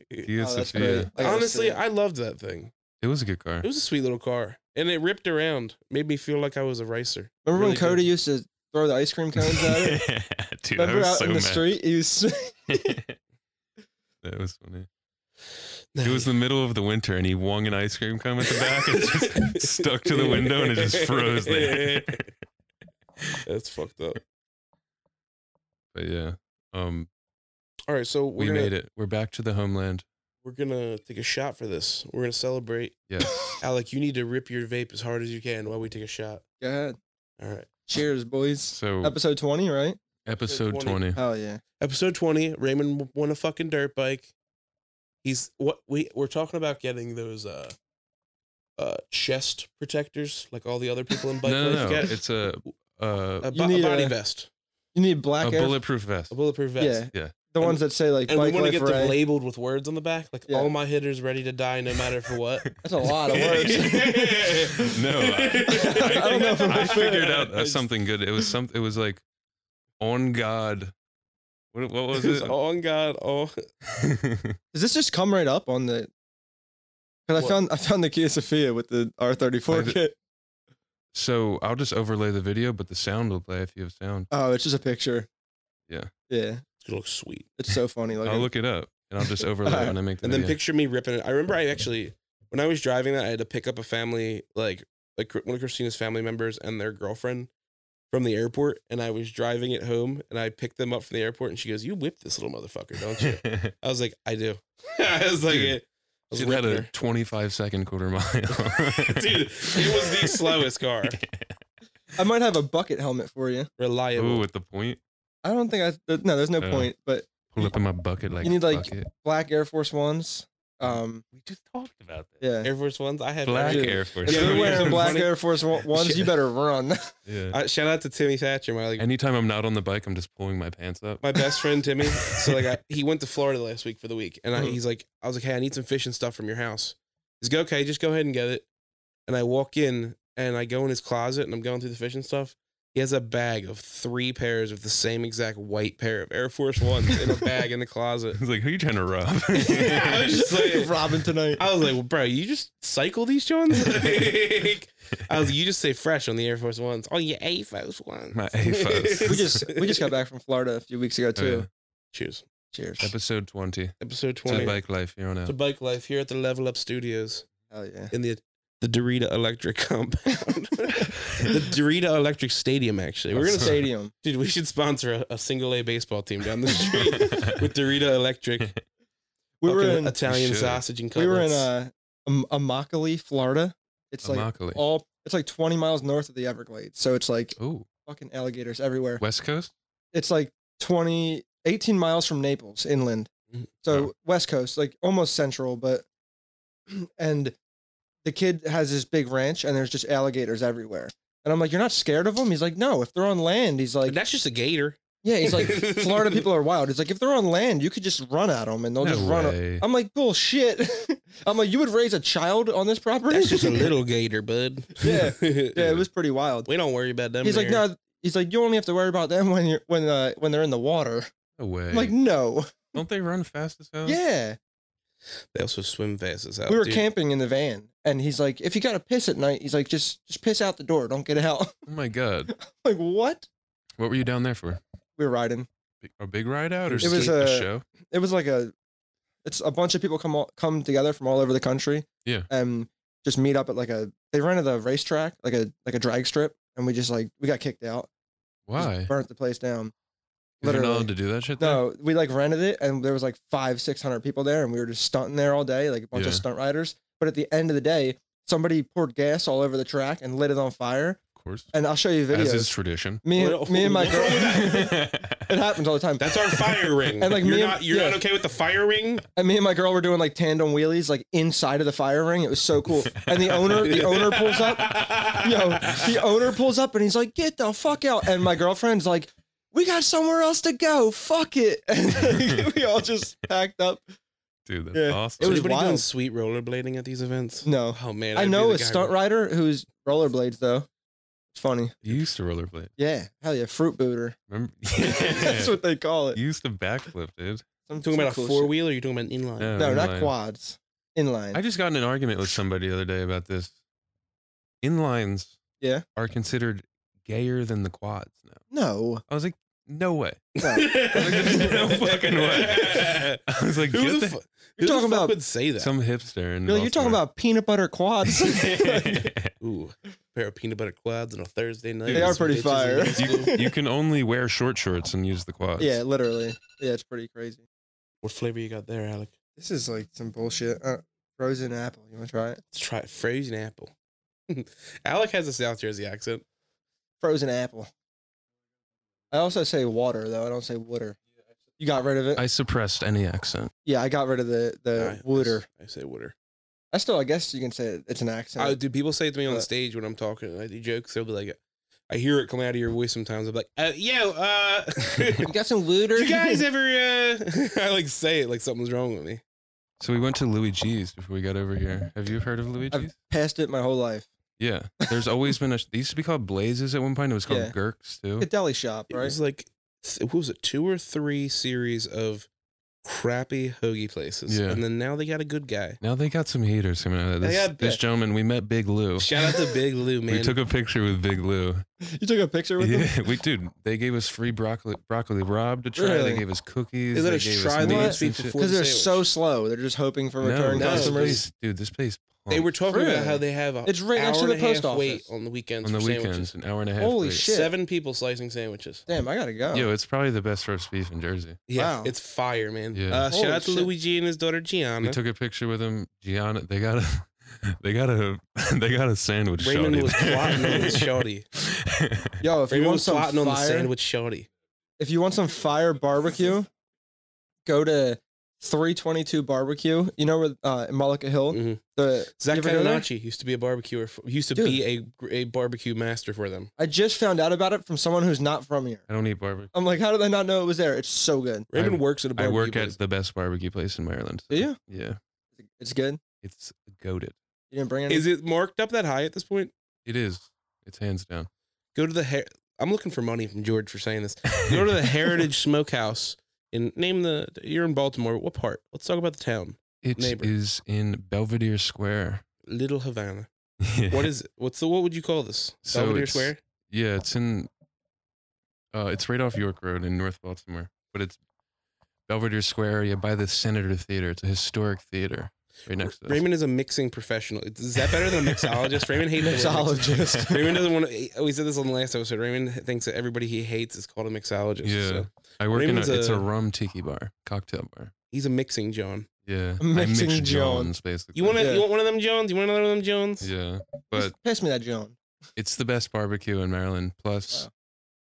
Kia Oh, that's Sophia. great. I gotta see Honestly, it. I loved that thing. It was a good car. It was a sweet little car, and it ripped around. Made me feel like I was a racer. remember really when good. Cody used to throw the ice cream cones at it? dude, I remember was out so in the mad. street? He was. that was funny. It was the middle of the winter, and he wung an ice cream cone at the back and just stuck to the window, and it just froze there. That's fucked up. But yeah, um, All right, so we we're gonna, made it. We're back to the homeland. We're gonna take a shot for this. We're gonna celebrate. Yeah. Alec, you need to rip your vape as hard as you can while we take a shot. Go ahead. All right, Cheers, boys. So Episode 20, right? episode 20. twenty. Hell yeah. episode twenty. Raymond won a fucking dirt bike. He's what we we're talking about getting those uh uh chest protectors like all the other people in bike no, no, life no. get. It's a uh, a, You bo- a need body a- vest, You need black a air. bulletproof vest. a bulletproof vest. Yeah. Yeah. The ones that say like And we bike want to life get them Ray. labeled with words on the back, like Yeah. all my hitters ready to die no matter for what. That's a lot of words. No, I don't know if I'm I gonna figured out uh, something good. It was some. It was like on God. What, what was it? Oh God! Oh, Does this just come right up on the? Because I What? found I found the Kia Sophia with the I R34 did- kit. so I'll just overlay the video, but the sound will play if you have sound. Oh, it's just a picture. Yeah. Yeah. it looks sweet. It's so funny. Like I'll look it up and I'll just overlay it when I make the And then video. picture me ripping it. I remember I actually, when I was driving that, I had to pick up a family, like like one of Christina's family members and their girlfriend from the airport. And I was driving it home, and I picked them up from the airport, and she goes, "You whip this little motherfucker, don't you?" I was like, "I do." I was like, Dude, "I was She had ripping a her." 25 second quarter mile. dude, it was the slowest car. I might have a bucket helmet for you. Reliable. Ooh, with the point. I don't think I. th- No, there's no Uh. Yeah. point. But Pull up in my bucket like You need, like, bucket. black Air Force Ones. Um, We just talked about that. yeah. Air Force Ones. I have Black every- Dude, Air Force. If Yeah, you're yeah. wearing black Funny- Air Force One- Ones, you better run. Yeah. I, shout out to Timmy Thatcher, my like Anytime I'm not on the bike, I'm just pulling my pants up. my best friend Timmy. So like, I, he went to Florida last week for the week, and I, Mm. Mhm. he's like, I was like, hey, I need some fish and stuff from your house. He's like, okay, just go ahead and get it. And I walk in, and I go in his closet, and I'm going through the fish and stuff. He has a bag of three pairs of the same exact white pair of Air Force Ones in a bag in the closet. It's like, who you trying to rob? I was just like- Robin tonight. I was like, well, bro, you just cycle these Johns? Like, I was like, you just say fresh on the Air Force Ones. Oh, your Air Force Ones. My Air Force. We just we just got back from Florida a few weeks ago Oh, too. yeah. Cheers. Cheers. Episode 20. Episode 20. To bike life here on It's a out. bike life here at the Level Up Studios. Hell yeah. in the the Dorita Electric compound. the Dorita Electric Stadium, actually. We're gonna say, stadium. dude, we should sponsor a, a single A baseball team down the street with Dorita Electric. We were fucking in Italian Should. sausage and we cutlets. were in uh, Am- Immokalee, Florida. It's like Immokalee. all it's like 20 miles north of the Everglades. So it's like Ooh, fucking alligators everywhere. West Coast? It's like 20 18 miles from Naples inland. Mhm. So west coast, like almost central, but and the kid has this big ranch and there's just alligators everywhere. And I'm like, "You're not scared of them?" He's like, "No, if they're on land." He's uh, like, That's just a gator. "Yeah, he's like Florida people are wild." He's like, "If they're on land, you could just run at them and they'll no just run." Up. way. I'm like, "Bullshit." I'm like, "You would raise a child on this property?" That's just a little gator, bud. Yeah. Yeah, it was pretty wild. we don't worry about them. He's like, there. no. He's like, you only have to worry about them when you're when uh when they're in the water. No way. I'm like, no. Don't they run fast as hell? Yeah, They also swim fast Oh, as hell. we were dude. camping in the van, and he's like, if you gotta piss at night, he's like, just just piss out the door. Don't get out. Oh my God. I'm like what? What were you down there for? We were riding. Big- A big ride out or It just was, a, uh, show? It was like a, it's a bunch of people come all, come together from all over the country. Yeah. And just meet up at like a they rented a racetrack like a like a drag strip, and we just like we got kicked out. Just Why? burnt the place down. You're not literally. allowed to do that shit there? No, we like rented it, and there was like five, six hundred people there, and we were just stunting there all day, like a bunch of Yeah. stunt riders. But at the end of the day, somebody poured gas all over the track and lit it on fire. Of course. And I'll show you As is videos. tradition. Me, and What- me and my what- girl. it happens all the time. That's our fire ring. And, like, you're me and- not you're yeah. not okay with the fire ring? And me and my girl were doing like tandem wheelies, like inside of the fire ring. It was so cool. And the owner, the owner pulls up. Yo, the owner pulls up and he's like, "Get the fuck out!" And my girlfriend's like, "We got somewhere else to go. Fuck it!" And we all just packed up. Dude, that's Yeah. awesome. It It was was anybody doing wild. sweet rollerblading at these events? No, Oh man, I I'd be know the a guy stunt who- rider who's rollerblades though. It's funny. you used to rollerblade. Yeah, hell yeah, fruit booter. Remember? That's what they call it. you used to backflip, dude. I'm Talking about a four wheel, or you talking about an inline? Yeah, No, not inline. quads. Inline. I just got in an argument with somebody the other day about this. Inlines Yeah. are considered gayer than the quads now. no, I was like, no way. no. There's no fucking way. I was like, Who get the, the- fu- You're who the talking fuck about- would say that? some hipster. In Bill, you're talking Baltimore. about peanut butter quads. Ooh, pair of peanut butter quads on a Thursday night. They with are some pretty fire. bitches in middle school. you can only wear short shorts and use the quads. yeah, literally. Yeah, it's pretty crazy. what flavor you got there, Alec? This is like some bullshit. Uh, frozen apple. You want to try it? Let's try it. frozen apple. Alec has a South Jersey accent. Frozen apple. I also say water though. I don't say water. You got rid of it. I suppressed any accent. yeah, I got rid of the All the right, water. I say water. I still, I guess you can say it, it's an accent. Oh, do people say it to me on the Uh, stage when I'm talking? and I do jokes. They'll be like, I hear it come out of your voice sometimes. I'm like, uh, yo, uh, you got some water. did you guys ever? Uh, I like say it like something's wrong with me. So we went to Louis G's before we got over here. Have you heard of Louis I've G's? passed it my whole life. Oh. Yeah. There's always been a. They used to be called Blazes at one point. It was called Yeah. Gurks too. A deli shop, It right? was like, th- what was it, two or three series of crappy hoagie places. Yeah. And then now they got a good guy. Now they got some haters coming out of They this. got- this gentleman, we met Big Lou. Shout out to Big Lou, man. We Oh. took a picture with Big Lou. You took a picture with them. Yeah, we dude, they gave us free broccoli broccoli rob to try. Really? They gave us cookies. They let they us gave try us the meats recipe and shit. before because the they're so sandwich. slow. They're just hoping for No, return no, this customers. place, dude, this place. they were talking Really? about how they have a It's right next hour to the and a half post office. wait on the weekends on the for weekends, sandwiches. an hour and a half. Holy wait. shit. Seven people slicing sandwiches. Damn, I gotta go. Yo, it's probably the best roast beef in Jersey. Yeah, Wow. it's fire, man. Yeah. Uh, shout Holy out to shit. Luigi and his daughter Gianna. We took a picture with him. Gianna, they got a, they got a, they got a sandwich. Raymond shawty was there. plotting on his shawty. Yo, if you Raymond want was some plotting on the fire- sandwich shorty. if you want some fire barbecue, go to 322 Barbecue. You know where uh, in Malacca Hill, Mhm. the Zach you ever go there? Catanacci used to be a barbecuer. For, used to Dude. be a a barbecue master for them. I just found out about it from someone who's not from here. I don't eat barbecue. I'm like, how did I not know it was there? It's so good. Raymond I- works at a I barbecue. work place. at the best barbecue place in Maryland. Do you? Yeah, It's good. it's goaded. You didn't bring any. Is it marked up that high at this point? It is. It's hands down. Go to the hair. I'm looking for money from George for saying this. Go to the Heritage Smokehouse and name the. You're in Baltimore. but What part? Let's talk about the town. It neighbor. is in Belvedere Square. Little Havana. What is it? What's the? What would you call this? So Belvedere it's- Square. Yeah, it's in. Uh, it's right off York Road in North Baltimore, but it's Belvedere Square area by the Senator Theater. It's a historic theater right next to us. Raymond is a mixing professional. Is that better than a mixologist? Raymond hates the word mix. Mixologist. Raymond doesn't want to. We said this on the last episode. Raymond thinks that everybody he hates is called a mixologist. Yeah. So I work in a, Raymond's It's a a- rum tiki bar, cocktail bar. he's a mixing John. Yeah, I Mixing mix Jones. Johns, basically. You want to? Yeah. You want one of them Jones? You want another one of them Jones? Yeah, Just but pass me that Joan. it's the best barbecue in Maryland. Plus, Wow.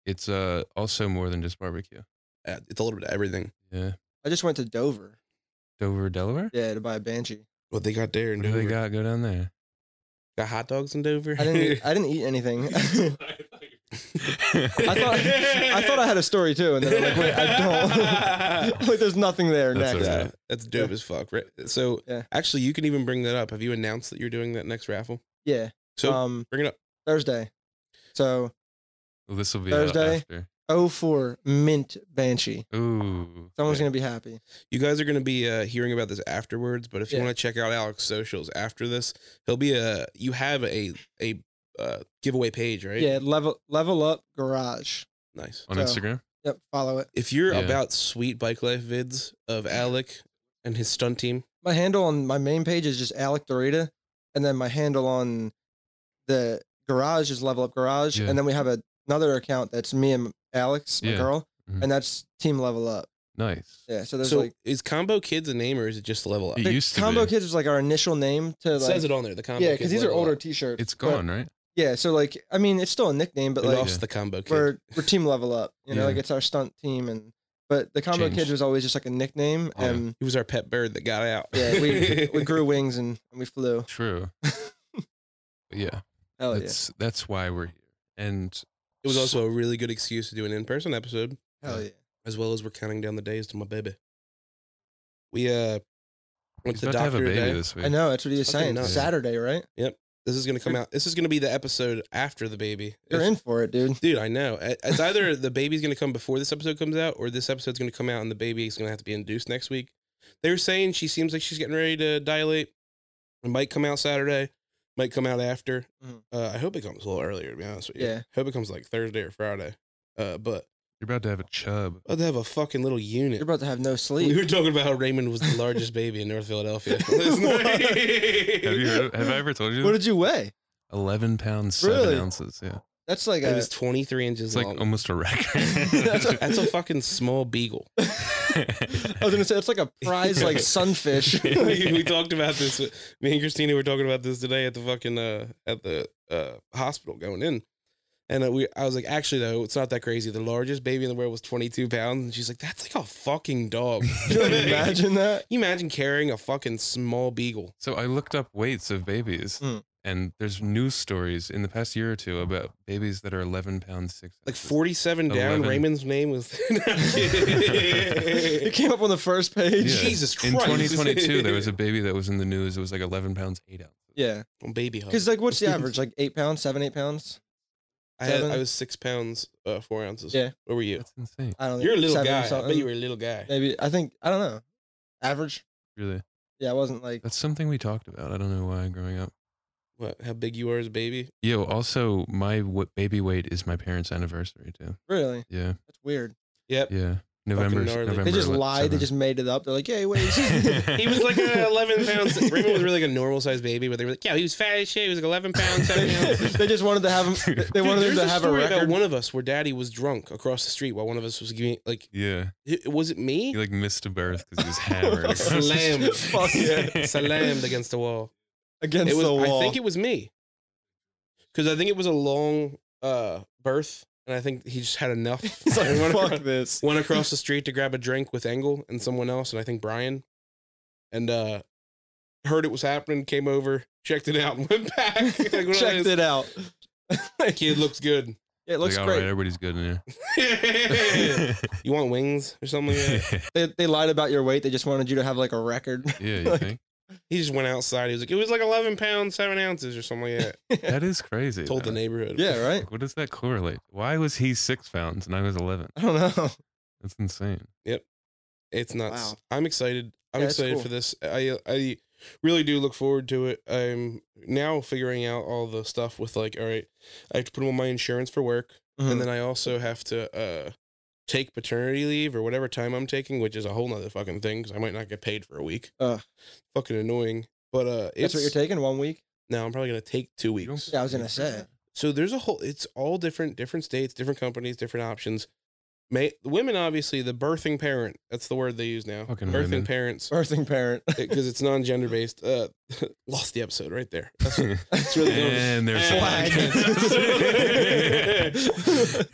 it's uh also more than just barbecue. Uh, it's a little bit of everything. Yeah, I just went to Dover. Dover, Delaware. Yeah, to buy a banshee. What they got there in What do Dover? they got? Go down there. Got hot dogs in Dover. I didn't. e- Eat, I didn't eat anything. I thought. I thought I had a story too, and then I'm like, wait, I don't. I'm like, there's nothing there That's next. okay. Yeah, that's dope as fuck. Right? So Yeah. actually, you can even bring that up. Have you announced that you're doing that next raffle? Yeah. So um, bring it up. Thursday. So Well, this will be out Thursday? after. 04 mint banshee. Ooh, Someone's gonna be happy. You guys are going to be uh, hearing about this afterwards, but if you Yeah. want to check out Alex's socials after this, he'll be a. You have a a uh, giveaway page, right? Yeah, level level up garage. Nice. on So- Instagram. Yep, follow it. If you're Yeah. about sweet bike life vids of Alec and his stunt team, My handle on my main page is just Alec Dorita, and then my handle on the garage is level up garage, Yeah. and then we have a, another account that's me and Alex, my Yeah. girl, Mhm. and that's team level up. Nice. Yeah, so there's so like is Combo Kids a name or is it just level up? It It the used to combo be. kids was like our initial name to like says it on there. The Combo yeah, Kids because these are Level older Up. T-shirts. It's but- gone, right? yeah, so like I mean, it's still a nickname, but We like lost the Combo Kid. we're we're team level up. You know, Yeah. like it's our stunt team, and but the combo Changed. kids was always just like a nickname, Oh, Yeah. and He was our pet bird that got out. yeah, we we grew wings and, and we flew. True. But yeah, Hell yeah, that's that's why we're here. And It was also a really good excuse to do an in-person episode, hell yeah. as well as we're counting down the days to my baby. We uh went he's to the about to have a doctor baby today. this week. I know that's what he was Fucking saying. nuts. Saturday, right? This is gonna come out. This is gonna be the episode after the baby. You're If- in for it, dude. Dude, I know. It- It's either the baby's going to come before this episode comes out, or this episode's going to come out and the baby is going to have to be induced next week. They were saying she seems like she's getting ready to dilate. It might come out Saturday, might come out after. Mm. Mhm. Uh, I hope it comes a little earlier, to be honest with you. Yeah. Hope it comes like Thursday or Friday. Uh, but You're about to have a chub. I'd have a fucking little unit. You're about to have no we were sleep. talking about how Raymond was the largest baby in North Philadelphia. What? Have you heard? Have I ever told you? What this? did you weigh? Eleven pounds seven Really? ounces. Yeah, That's like It a was 23 inches it's like long. almost a record. That's what- That's a fucking small beagle. I was gonna say it's like a prize like sunfish. we, we talked about this. Me and Christina were talking about this today at the fucking uh, at the uh, hospital going in, and uh, we I was like, actually though, it's not that crazy. The largest baby in the world was 22 pounds, and she's like, that's like a fucking dog. Can you imagine that? You imagine carrying a fucking small beagle. So I looked up weights of babies, Hmm. and there's news stories in the past year or two about babies that are 11 pounds six. Like ounces. 47 down, Eleven. Raymond's name was. It came up on the first page. Yeah. Jesus Christ. in 2022, there was a baby that was in the news. It was like 11 pounds eight ounces. Yeah, baby hug. because like, what's the average? Like eight pounds, seven, eight pounds. I, had, seven? I was six pounds, uh, four ounces. Yeah. What were you? That's insane. I don't. know. You're a little seven or guy. I bet something. you were a little guy. Maybe I think I don't know. Average. Really, Yeah, I wasn't like that's something we talked about. I don't know why growing up. What? How big you are as a baby? Yo, also my w- baby weight is my parents' anniversary too. really. Yeah, That's weird. Yep. yeah. November. gnarly. They November They just ele- lied. They seventh. just made it up. They're like, yeah, he weighs. He was like a 11 pounds. Raymond was really like a normal sized baby, but they were like, yeah, he was fat as shit. He was like 11 pounds, 7 ounces. they just wanted to have him. They Dude, wanted him there's to a have a story about record. one of us where daddy was drunk across the street while one of us was giving, like, Yeah, it- was it he me? like missed a birth because he was hammered. Slammed. Fuck yeah. Slammed against the wall. against it was, the wall. I think it was me. Because I think it was a long uh, berth, and I think he just had enough. He's like, And went fuck across- this. went across the street to grab a drink with Engel and someone else, and I think Brian, and uh heard it was happening, came over, checked it out, and went back. Like, one of Checked those, it out. Like, Kid looks good. yeah, it looks like, all right, great. everybody's good in here. you want wings or something? Like that? They, they lied about your weight. They just wanted you to have like a record. yeah, you Like- think? He just went outside. He was like, it was like eleven pounds seven ounces or something like that. That is crazy. Told the though. neighborhood. Yeah, right. Like, what does that correlate? Why was he six pounds and I was 11? I don't know. That's insane. It's nuts. Wow. I'm excited. I'm Yeah, it's excited cool. for this. I I really do look forward to it. I'm now figuring out all the stuff with like, all right, I have to put on my insurance for work, Mm-hmm. Hmm. and then I also have to uh take paternity leave or whatever time I'm taking, which is a whole nother fucking thing because I might not get paid for a week. Ugh. fucking annoying. But uh, That's it's what you're taking. One week. now. I'm probably gonna take two You don't- weeks. Yeah, I was gonna say. So there's a whole. It's all different, different states, different companies, different options. May, women, obviously, the birthing parent. That's the word they use now. Fucking birthing women. parents. Birthing parent. because it's non-gender based. Uh, lost the episode right there. That's what, That's really good. and there's And- flag. this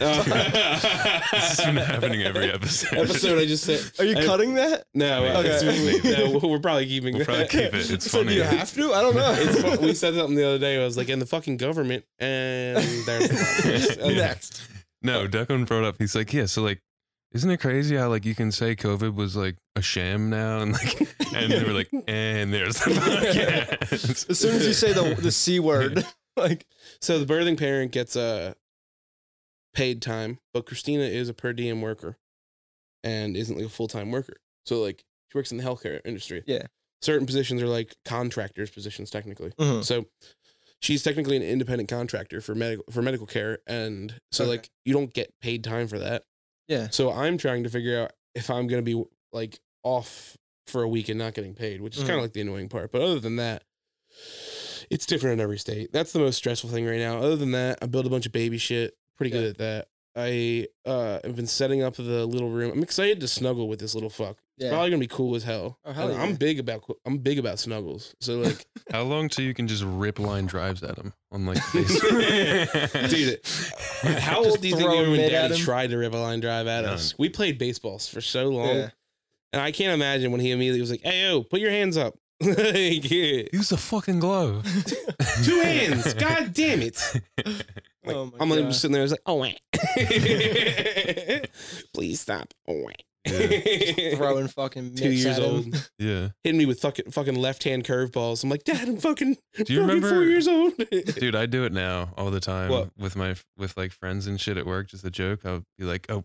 has been happening every episode. episode I just said. Are you I- cutting that? No, Maybe. it's- Okay. no, we're probably keeping We'll probably that. keep it. It's You said funny. You have to. I don't know. It's fu- we said something the other day. I was like, in the fucking government, and there's the podcast. And Yeah. that- Next. No, Declan brought up. He's like, yeah. So like, isn't it crazy how like you can say COVID was like a sham now, and like, and they were like, and there's the podcast. As soon as you say the the c word, like So the birthing parent gets uh, paid time, but Christina is a per diem worker, and isn't like a full time worker. So like, she works in the healthcare industry. Yeah. certain positions are like contractors positions technically. Mm-hmm. So she's technically an independent contractor for medical for medical care, and so Okay. like you don't get paid time for that. yeah, So I'm trying to figure out if I'm gonna be like off for a week and not getting paid, which is kind Mhm. of like the annoying part. But other than that, it's different in every state. That's the most stressful thing right now. Other than that, I build a bunch of baby shit. Pretty Yeah. good at that. I uh have been setting up the little room. I'm excited to snuggle with this little fuck. yeah. Probably gonna be cool as hell. Oh, hell And I'm yeah. big about I'm big about snuggles. So like How long till you can just rip line drives at him on like Facebook? Dude, How old do you think throw we a were when mid at Daddy him? tried to rip a line drive at us? We played baseballs for so long, Yeah. and I can't imagine when he immediately was like, "Hey, yo, put your hands up." Like, yeah. Use the fucking glove. Two hands. God damn it. Like, Oh my I'm like, God. just sitting there. I was like, oh, wah. please stop. Oh, wah. Yeah. throwing fucking Two mitts years at him. old. yeah. Hitting me with fucking, fucking left hand curveballs. I'm like, Dad, I'm fucking, Do you fucking four remember- years old. Dude, I do it now all the time What? with my with like friends and shit at work. Just a joke. I'll be like, "Oh,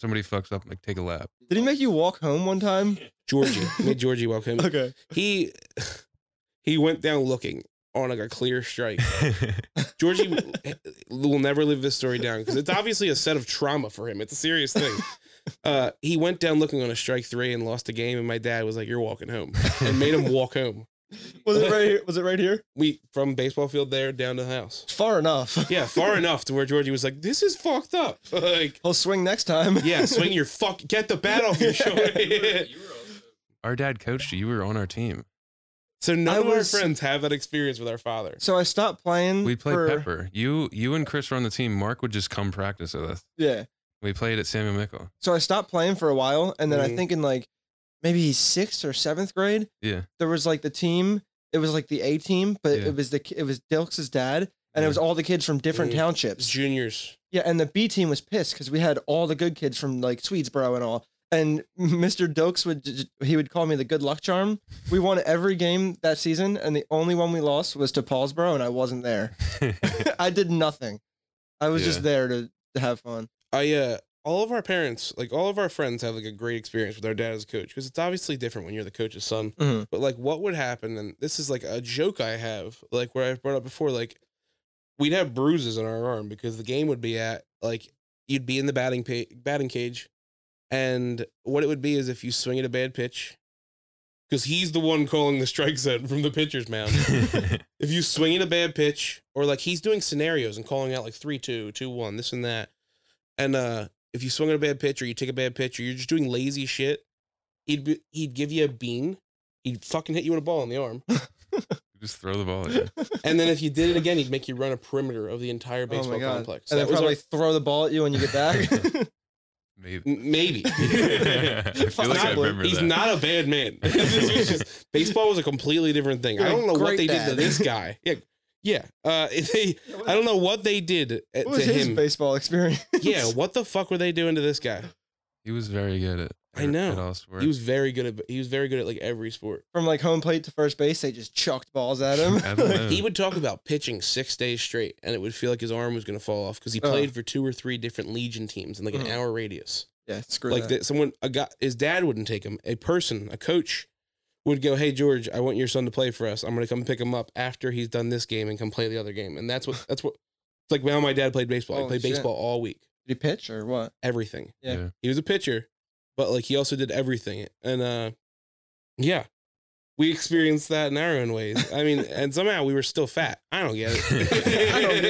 somebody fucks up. Like, take a lap." Did he make you walk home one time? Georgie. Made Georgie walk home. Okay. He, he went down looking on like a clear strike. Georgie w- will never live this story down because it's obviously a set of trauma for him. It's a serious thing. Uh, he went down looking on a strike three and lost the game, and my dad was like, "You're walking home," and made him walk home. Was it right here? Was it right here? We from baseball field there down to the house. Far enough. Yeah, far enough to where Georgie was like, "This is fucked up." Like, He'll swing next time. yeah, swing your fuck, get the bat off your shoulder. our dad coached you. You were on our team. so none I of was- our friends have that experience with our father. So I stopped Mm, playing. We played for- Pepper. You you and Chris were on the team. Mark would just come practice with us. Yeah. We played at Samuel Mickle. So I stopped playing for a while, and then I Mhm. think in like maybe sixth or seventh grade, Yeah. there was like the team. It was like the A team, but Yeah. it was the it was Dilks's dad, and it Yeah. was all the kids from different Mhm. It's townships. juniors. Yeah, and the B team was pissed because we had all the good kids from like Swedesboro and all. And Mr. Dokes would j- j- he would call me the good luck charm. We won every game that season, and the only one we lost was to Paulsboro, and I wasn't there. I did nothing. I was Yeah. just there to, to have fun. I uh all of our parents, like all of our friends have like a great experience with our dad as a coach because it's obviously different when you're the coach's son. Mhm. But like what would happen and this is like a joke I have, like where I've brought up before, like we'd have bruises on our arm because the game would be at like you'd be in the batting pa- batting cage and what it would be is if you swing at a bad pitch because he's the one calling the strike zone from the pitcher's mound if you swing in a bad pitch or like he's doing scenarios and calling out like 3-2 2-1 this and that and uh if you swing at a bad pitch or you take a bad pitch or you're just doing lazy shit he'd be, he'd give you a bean he'd fucking hit you with a ball in the arm Just throw the ball at you. And then if you did it again, he'd make you run a perimeter of the entire baseball Oh God. complex. and That then was probably our- throw the ball at you when you get back. Maybe. M- maybe. I feel like I Not- remember He's that. not a bad man. This was just- baseball was a completely different thing. I You're a don't know what great they did to dad. this guy. Yeah, yeah. Uh, they, I don't know what they did uh, What was to his him. baseball experience? Yeah, what the fuck were they doing to this guy? he was very good at. I at- know. At all sports. He was very good at. He was very good at like every sport. From like home plate to first base, they just chucked balls at him. I don't know. He would talk about pitching six days straight, and it would feel like his arm was going to fall off because he Oh. played for two or three different legion teams in like an Mhm. hour radius. yeah, screw like that. that someone a guy his dad wouldn't take him a person a coach would go hey george i want your son to play for us i'm going to come pick him up after he's done this game and come play the other game and that's what that's what it's like how my dad played baseball he Holy played shit. baseball all week Did he pitch or what? everything Yeah. Yeah. he was a pitcher but like he also did everything and uh yeah we experienced that in our own ways i mean and somehow we were still fat i don't get it I don't get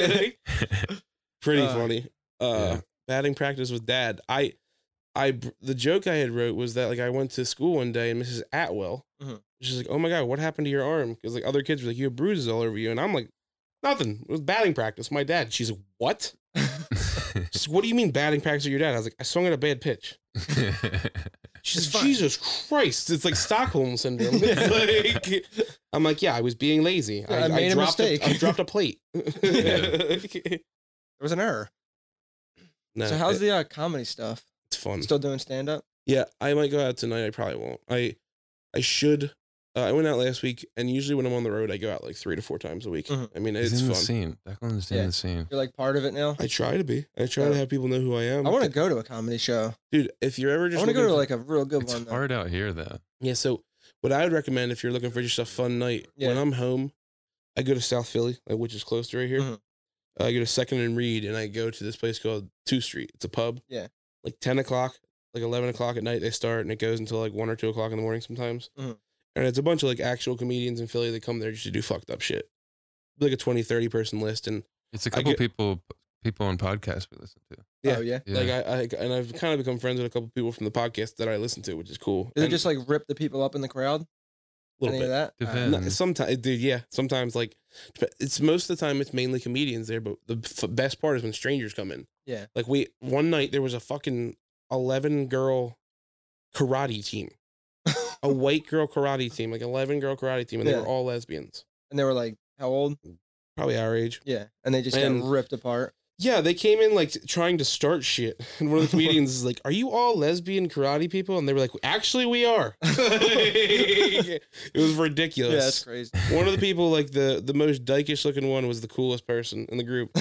it. pretty Uh, funny. Uh, yeah. batting practice with dad. I, I, the joke I had wrote was that like I went to school one day and Mrs. Atwell, Mhm. she's like, "Oh my god, what happened to your arm?" Because like other kids were like, "You have bruises all over you," and I'm like, "Nothing. It was batting practice." My dad. She's like, "What?" She's like, "What do you mean batting practice with your dad?" I was like, "I swung at a bad pitch." She's It's like, fine. Jesus Christ! It's like Stockholm syndrome. It's like, I'm like, yeah, I was being lazy. I made a dropped mistake." I dropped a plate. There was an error. no, so how's it- Mm. the uh, comedy stuff? it's fun? Still doing stand up? Yeah, I might go out tonight. I probably won't. I I should. Uh, I went out last week, and usually when I'm on the road, I go out like three to four times a week. Mhm. I mean, He's it's in fun. the scene. Declan's in Yeah. the scene. You're like part of it now. I try to be. I try to Yeah. have people know who I am. I want to go to a comedy show. dude. If you're ever I just want to go looking to for- like a real good It's one. though. hard out here though. yeah. So what I would recommend if you're looking for just a fun night when Yeah. I'm home, I go to South Philly, like, which is close to right here. Uh, Mhm. I go to Second and Reed, and I go to this place called Two Street. It's a pub. Yeah. Like ten o'clock, like eleven o'clock at night they start, and it goes until like one or two o'clock in the morning sometimes. Mhm. And it's a bunch of like actual comedians in Philly that come there just to do fucked up shit. Like a 20, 30 person list, and It's a I couple get- people people on podcasts we listen to. Yeah. Oh yeah. Yeah. like I, I and I've kind of become friends with a couple people from the podcast that I listen to, which is cool. Did it And just like rip the people up in the crowd? a little Any of bit. that? Alright. Depends. And- sometimes, dude, yeah. Sometimes, like, dep- it's most of the time it's mainly comedians there, but the f- best part is when strangers come in. Yeah. Like, we one night there was a fucking eleven girl karate team, a white girl karate team, like eleven girl karate team, and they Yeah. were all lesbians, And they were like, how old? probably our age. Yeah. And they just And- got ripped apart. Yeah, they came in like trying to start shit, and one of the comedians is like, "Are you all lesbian karate people?" And they were like, "Actually, we are." it was ridiculous. Yeah, that's crazy. one of the people like the the most dykish looking one was the coolest person in the group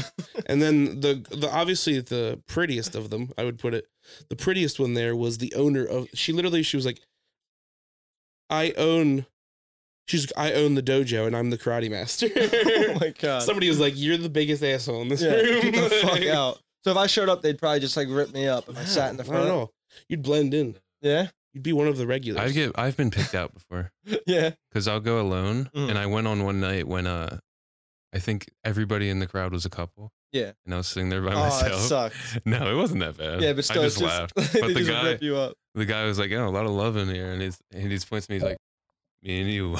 and then the the obviously the prettiest of them i would put it the prettiest one there was the owner of she literally she was like i own she's like, i own the dojo and i'm the karate master oh my god. somebody was like you're the biggest asshole in this yeah, room get the fuck out. So if I showed up, they'd probably just like rip me up if I sat in the Not at front. all. you'd blend in Yeah. you'd be one of the regulars I get I've been picked out before Yeah. because I'll go alone, Mm. and I went on one night when uh, I think everybody in the crowd was a couple. Yeah. and I was sitting there by Oh, it myself. sucked. No, it wasn't that bad. Yeah, but still, I it's just laughed. they But the just guy- rip you up. The guy was like, "Oh, a lot of love in here," and he's and he just points to me he's like, "Me and you."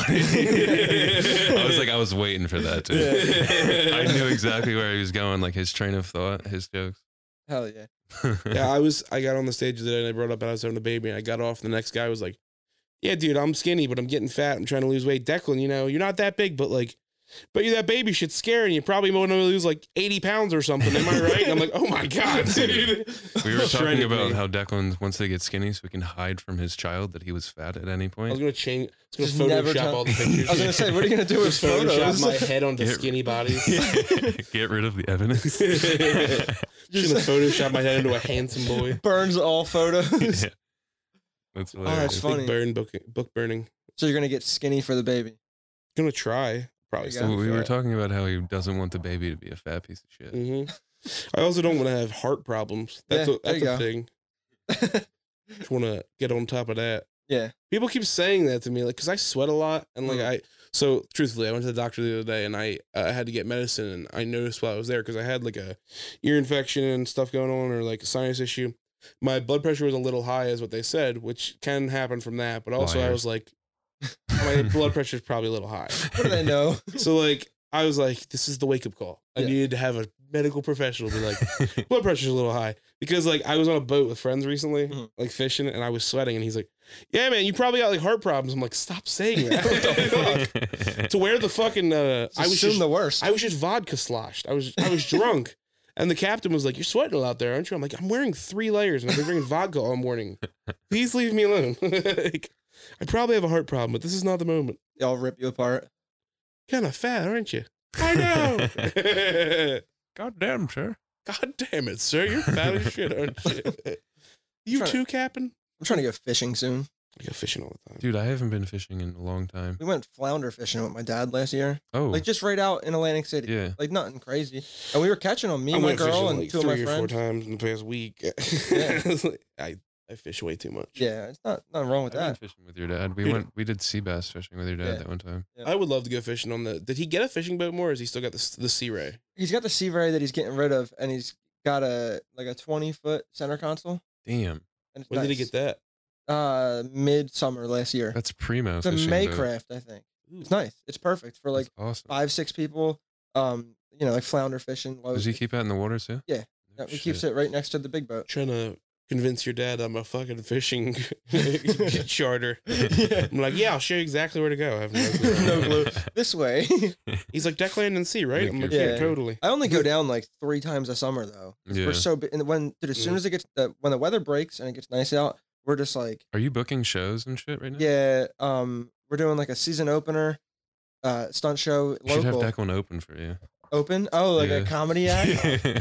I was like, I was waiting for that. Too. Yeah. I knew exactly where he was going, like his train of thought, his jokes. Hell yeah. yeah, I was. I got on the stage today and I brought up that I was having a baby, and I got off. And the next guy was like, "Yeah, dude, I'm skinny, but I'm getting fat. I'm trying to lose weight. Declan, you know, you're not that big, but like, but you that baby shit's scary. You probably want to lose like 80 pounds or something. Am I right?" And I'm like, "Oh my god, dude." We were talking Shredded about me. how Declan, once they get skinny, so we can hide from his child that he was fat at any I was point. gonna change. I was Just gonna never Photoshop tell- all the I was gonna pictures. say, what are you gonna do with Just Photoshop photos? my head onto Yeah. skinny bodies. Get rid of the evidence. Just gonna Photoshop my head into a handsome boy. burns all photos. Yeah. That's that's hilarious. fun. Funny. Big burn book, book burning. So you're gonna get skinny for the baby. Gonna try. Probably. You still got Well, we be were fat. talking about how he doesn't want the baby to be a fat piece of shit. hmm I also don't want to have heart problems. That's Mm-hmm. Yeah, a, there that's you a go. thing. Just want to get on top of that. Yeah. People keep saying that to me, like, because I sweat a lot, and like Mm. I. So truthfully, I went to the doctor the other day, and I uh, had to get medicine, and I noticed while I was there because I had like a ear infection and stuff going on, or like a sinus issue. My blood pressure was a little high, is what they said, which can happen from that. But also, I Liars. was like, my blood pressure is probably a little high. What do they know? So like I was like, this is the wake up call. I Yeah. needed to have a medical professional be like, blood pressure's a little high because like I was on a boat with friends recently, Mhm. like fishing, and I was sweating, and he's like, yeah, man, you probably got like heart problems. I'm like, stop saying What the that. to wear the fucking uh, I I was assume just, the worst. I was just vodka sloshed. I was I was drunk. And the captain was like, "You're sweating a lot there, aren't you?" I'm like, "I'm wearing three layers and I've been drinking vodka all morning. Please leave me alone. like, I probably have a heart problem, but this is not the moment. Y'all rip you apart. Kind of fat, aren't you? I know. God damn, sir. God damn it, sir! You're fat as shit, aren't you? You Tryna- too, Captain. I'm trying to go fishing soon. I go fishing all the time. Dude, I haven't been fishing in a long time. We went flounder fishing with my dad last year, Oh, like just right out in Atlantic City. yeah. Like nothing crazy. And we were catching them. Me, I and my went fishing, girl, and like two of three my or friends. four times in the past week. I I fish way too much. Yeah, it's not nothing wrong with I've been that. fishing with your dad. We Dude. went. We did sea bass fishing with your dad Yeah. that one time. I would love to go fishing on the. Did he get a fishing boat more? Or has he still got the the Sea Ray? He's got the Sea Ray that he's getting rid of, and he's got a like a 20 foot center console. Damn, And it's When did he nice. get that? Uh, midsummer last year. that's primo It's a fishing. boat. Maycraft, I think. Ooh. It's nice. It's perfect for like That's awesome. five, six people. Um, you know, like flounder fishing. low- Does he keep that in the water too? Yeah. No Yeah, he keeps shit. it right next to the big boat. Trying to convince your dad I'm a fucking fishing charter. yeah. I'm like, yeah, I'll show you exactly where to go. I have no clue. No clue. This way. He's like Deckland and Sea, right? I'm like, yeah, Yeah. totally. I only go down like three times a summer though. 'cause Yeah. We're so bu- and when dude, as soon Mm. as it gets the, when the weather breaks and it gets nice out, we're just like Are you booking shows and shit right now? yeah, um, we're doing like a season opener, uh, stunt show You should have local Declan open for you. open. Oh, like Yeah. a comedy act.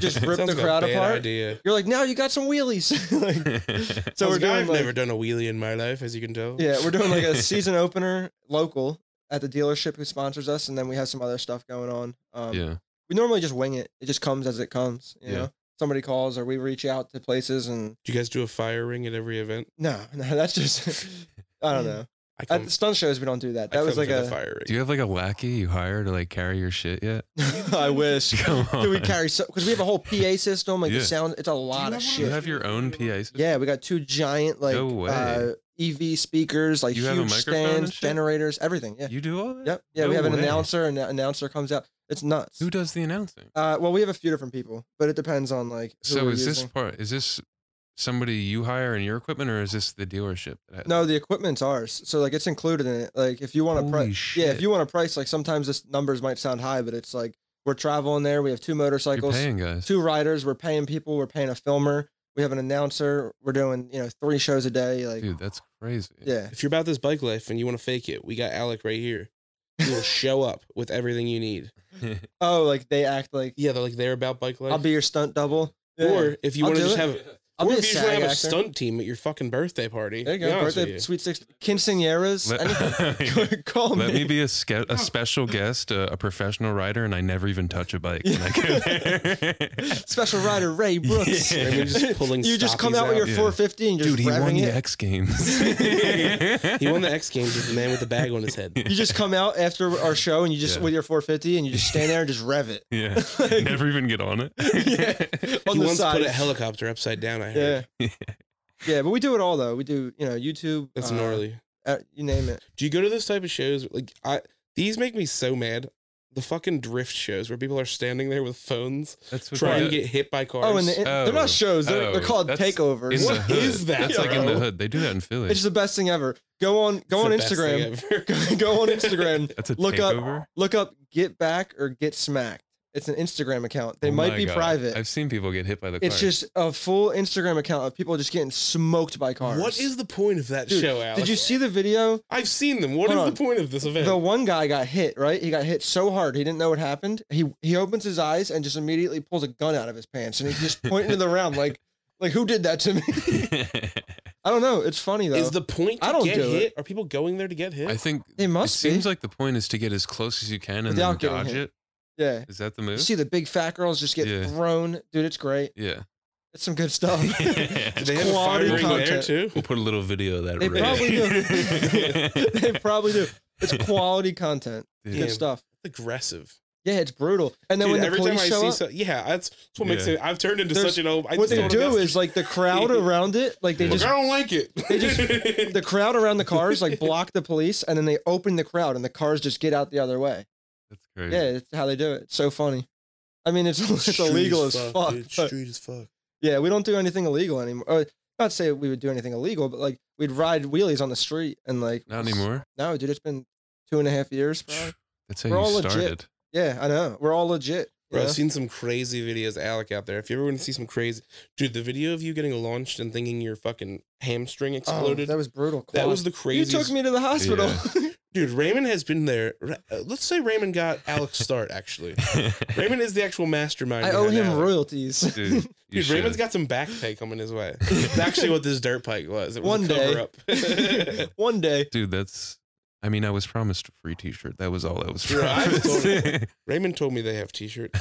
Just rip Sounds the like a crowd bad apart. Idea. You're like, no, you got some wheelies. like, so So we're doing I've like, never done a wheelie in my life, as you can tell. yeah, we're doing like a season opener local at the dealership who sponsors us, and then we have some other stuff going on. Um, yeah. we normally just wing it. It just comes as it comes. You Yeah. know, somebody calls or we reach out to places and Do you guys do a fire ring at every event? no, no, that's just I Mm, don't know. I At the stunt shows, we don't do that. I That was come like for the a. fire Do you have like a lackey you hire to like carry your shit yet? I wish. Come on. Do we carry so because we have a whole PA system like Yeah. the sound? It's a lot of have one of You shit. those? have your own PA system? Yeah, we got two giant like No way. uh, EV speakers, like You have a huge microphone and stands, shit? generators, everything. Yeah. You do all that? Yep. Yeah, we No have an way. announcer, and the announcer comes out. It's nuts. Who does the announcing? Uh, well, we have a few different people, but it depends on like. Who So we're is this using. part? Is this somebody you hire in your equipment, or is this the dealership? That has No, the equipment's ours, so like it's included in it. Like if you want to Holy price, yeah, shit. if you want to price, like sometimes this numbers might sound high, but it's like we're traveling there. We have two You're motorcycles, paying guys. two riders. We're paying people. We're paying a filmer. We have an announcer. We're doing you know three shows a day. Like Dude, that's crazy. yeah, If you're about this bike life and you want to fake it, we got Alec right here. He will show up with everything you need. oh like they act like Yeah, they're like they're about bike life. I'll be your stunt double. Or if you I'll want to do just it. have, I'll or be a if you just want to SAG have a actor. stunt team at your fucking birthday party. There you be go, honest with birthday you. sweet six quinceañeras. Let, anything- Call let me me. be a, sca- a special guest, a, a professional rider, and I never even touch a bike. When I go there. Special rider Ray Brooks. Yeah. I mean, just pulling you just come out, with stoppies your out. Yeah. 450 and just Dude, he won revving the it. X Games. He won the X Games with the man with the bag on his head. you just come out after our show and you just Yeah. with your 450 and you just stand there and just rev it. Yeah. Never even get on it. Yeah. On he the once side. put a helicopter upside down. I heard. yeah. Yeah, but we do it all though. We do, you know, YouTube. That's uh, gnarly. uh, you name it. Do you go to those type of shows? Like I, these make me so mad. The fucking drift shows where people are standing there with phones That's trying to get hit by cars. Oh, and the, Oh. they're not shows. They're, they're Oh, called that's takeovers. in the What hood. is that, That's like in the bro? hood. They do that in Philly. It's the best thing ever. Go on, go on It's the best Instagram. thing ever. go on Instagram. That's a Look up- takeover. Look up "Get Back" or "Get Smacked." It's an Instagram account. They Oh might my be God. private. I've seen people get hit by the car. it's just a full Instagram account of people just getting smoked by cars. What is the point of that Dude, show, Alex? Did you see the video? I've seen them. What is Hold the point of this event? The one guy got hit, right? He got hit so hard he didn't know what happened. He he opens his eyes and just immediately pulls a gun out of his pants and he's just pointing to the round like like who did that to me? I don't know. It's funny though. is the point to I don't get do it. hit? Are people going there to get hit? I think They it must be. seems like the point is to get as close as you can and Without then getting dodge hit. it. yeah. Is that the You move? see the big fat girls just get Yeah. thrown. Dude, it's great. Yeah. It's some good stuff. Did they have a fire Quality ring there content. too? We'll put a little video of that. They right probably here. do. they probably do. It's quality content. Dude, Good stuff. Aggressive. Yeah, it's brutal. And then Dude, when the every police time I show see up, so, yeah, that's, that's what makes Yeah. it. I've turned into There's- such an old. I what just they don't do invest- is like the crowd around it, like they Yeah. Look, just I don't like it. they the crowd around the cars like block the police, and then they open the crowd, and the cars just get out the other way. That's crazy. Yeah, it's how they do it. It's so funny. I mean, it's it's Street illegal as fuck. dude. but- Street as fuck. yeah, we don't do anything illegal anymore. Or, not to say we would do anything illegal, but like we'd ride wheelies on the street and like Not anymore. No, dude, it's been two and a half years. Bro. That's how We're you all legit. started. Yeah, I know. We're all legit. you Bro, know? I've seen some crazy videos, of Alec, out there. If you ever want to see some crazy, dude, the video of you getting launched and thinking your fucking hamstring Oh, exploded. that was brutal. that was Quan. the you craziest. took me to the hospital. Dude, Raymond has been there. Ra- uh, Let's say Raymond got Alec's start. Actually, Raymond is the actual mastermind. I owe behind him Alec. royalties. Dude, you Dude, should. Raymond's got some back pay coming his way. It's actually what this dirt pike was. It was One a day. cover up. One day. Dude, that's. I mean, I was promised a free T-shirt. That was all I was Yeah, I was promised. Raymond told me they have t-shirts.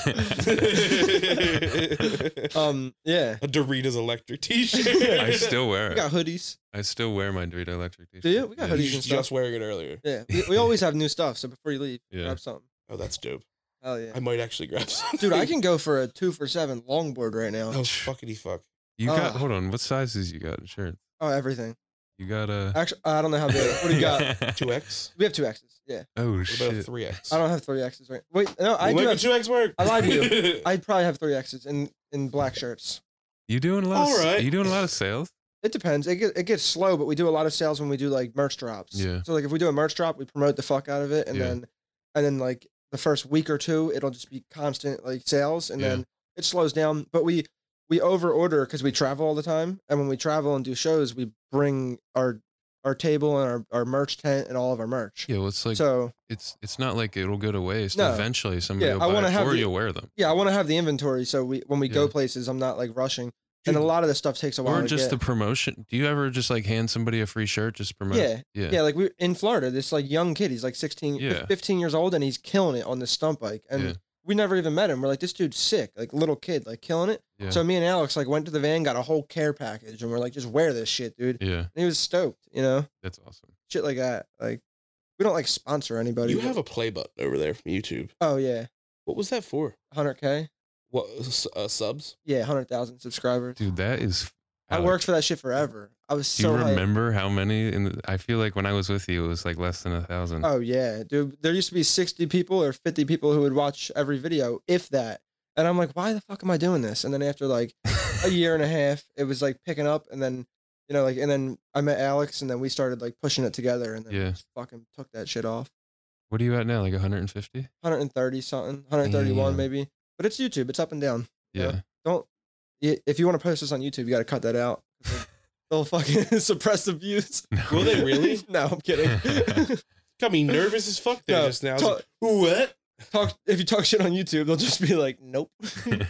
Um, yeah. a Doritos electric t-shirt. I still wear We it. got hoodies. I still wear my Dorito Electric T-shirt. Do you? We got yeah. He hoodies. was and just stuff. wearing it earlier. Yeah. We, we always have new stuff. So before you leave, Yeah. grab something. Oh, that's dope. Hell yeah. I might actually grab some. Dude, I can go for a two for seven longboard right now. Oh, fuckity fuck. You got. Oh. Hold on. What sizes you got in shirts? Oh, everything. You got uh, a. Actually, I don't know how big. What do you got? 2X? We have two X's. Yeah. oh What about a shit. 3X? I don't have three X's right. Wait, no, I We'll do make have. a 2X work. I lied to I probably have three X's in in black shirts. You doing a lot? All of, right. You doing a lot of sales? It depends. It get, it gets slow, but we do a lot of sales when we do like merch drops. Yeah. So like if we do a merch drop, we promote the fuck out of it, and Yeah. then and then like the first week or two, it'll just be constant like sales, and Yeah. then it slows down. But we we over order because we travel all the time, and when we travel and do shows, we bring our our table and our, our merch tent and all of our merch. Yeah. Well, it's like so it's it's not like it'll go to waste. No. Eventually, somebody Yeah, I will buy wanna it have for the- you. Wear them. yeah, I want to have the inventory so we when we go Yeah. places, I'm not like rushing. And a lot of this stuff takes a while. Or to just get. the promotion. Do you ever just like hand somebody a free shirt? Just promote. Yeah. Yeah. Yeah, like we in Florida, this like young kid, he's like 16, fif- Yeah. 15 years old, and he's killing it on this stunt bike. And Yeah. we never even met him. We're like, this dude's sick, like little kid, like killing it. Yeah. So me and Alex like went to the van, got a whole care package, and we're like, just wear this shit, dude. Yeah, And he was stoked, you know, That's awesome. shit like that. Like we don't like sponsor anybody. You but- have a play button over there from YouTube. oh yeah, What was that for? 100k, What s- uh, subs? yeah, 100,000 subscribers. Dude, that is. I Alex, worked for that shit forever. I was Do you so hyped. remember how many? In the, I feel like when I was with you, it was like less than a thousand. Oh yeah, dude. There used to be sixty people or fifty people who would watch every video, if that. And I'm like, why the fuck am I doing this? And then after like a year and a half, it was like picking up, and then you know, like, and then I met Alex, and then we started like pushing it together, and then we Yeah. just fucking took that shit off. What are you at now? Like 150? 130 something, 131 Damn. maybe. But it's YouTube. It's up and down. Yeah. Don't i- if you want to post this on YouTube, you got to cut that out. They'll fucking suppress the views. Will they really? no, I'm kidding. Got me nervous as fuck there No, just now. I was talk- like, what? talk if you talk shit on YouTube, they'll just be like, nope. Dude,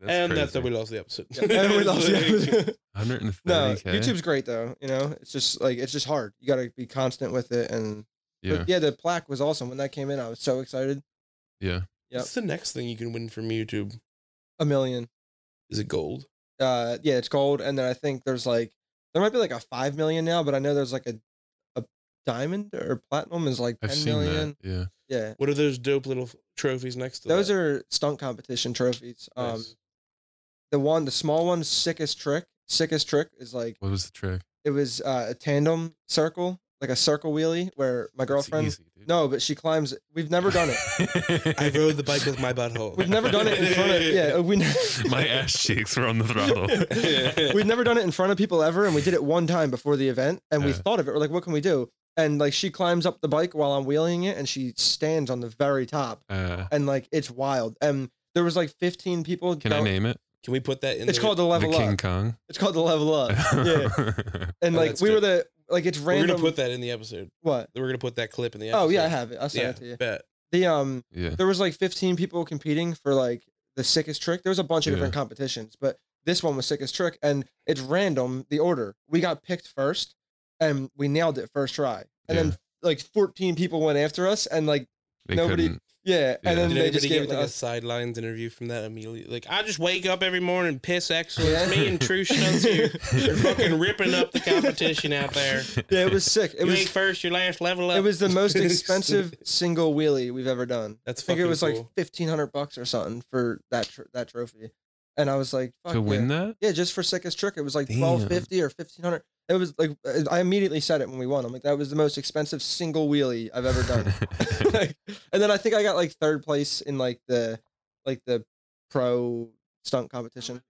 that's and that's crazy. how we lost the episode. Yeah, and we lost the Like, episode. 130. no, YouTube's great though. You know, it's just like it's just hard. You got to be constant with it. And Yeah. but yeah, the plaque was awesome when that came in. I was so excited. Yeah. Yep. What's the next thing you can win from YouTube? A million. Is it gold? Uh, yeah, it's gold. And then I think there's like there might be like a five million now, but I know there's like a a diamond or platinum is like I've ten seen million. that. Yeah. Yeah, What are those dope little f- trophies next to those that? are stunt competition trophies. Um, Nice. the one, the small one, sickest trick. Sickest trick is like What was the trick? it was uh, a tandem circle, like a circle wheelie, where my girlfriend. No, but she climbs. We've never done it. I rode the bike with my butthole. We've never done it in front of yeah. We ne- My ass cheeks were on the throttle. we've never done it in front of people ever, and we did it one time before the event, and we Yeah. thought of it. We're like, what can we do? And like she climbs up the bike while I'm wheeling it, and she stands on the very top, Uh, and like it's wild. And there was like 15 people. can I down- name it? Can we put that in? It's the- called the The level King up. Kong. It's called the level up. Yeah, and Oh, like that's we were good. the like it's We're random. gonna put that in the episode. what? We're gonna put that clip in the episode. Oh yeah, I have it. I'll send Yeah, it to you. bet. The um yeah. there was like 15 people competing for like the sickest trick. There was a bunch of Yeah. different competitions, but this one was sickest trick, and it's random the order. We got picked first, and we nailed it first try, and Yeah. then like 14 people went after us, and like They Nobody- couldn't. Yeah, Yeah. and then Did they anybody just gave get it to like a us. sidelines interview from that immediately? Like, I just wake up every morning, and piss excellence. Yeah. Me and True Stunts here, you're fucking ripping up the competition out there. Yeah, it was sick. It you ain't was first, your last level up. it was the most expensive single wheelie we've ever done. That's I think fucking it was cool. like fifteen hundred bucks or something for that tr- that trophy, and I was like, Fuck to yeah. win that. Yeah, just for sickest trick, it was like Damn. twelve fifty or fifteen hundred. It was like uh, I immediately said it when we won. I'm like, that was the most expensive single wheelie I've ever done. like, and then I think I got like third place in like the like the pro stunt competition.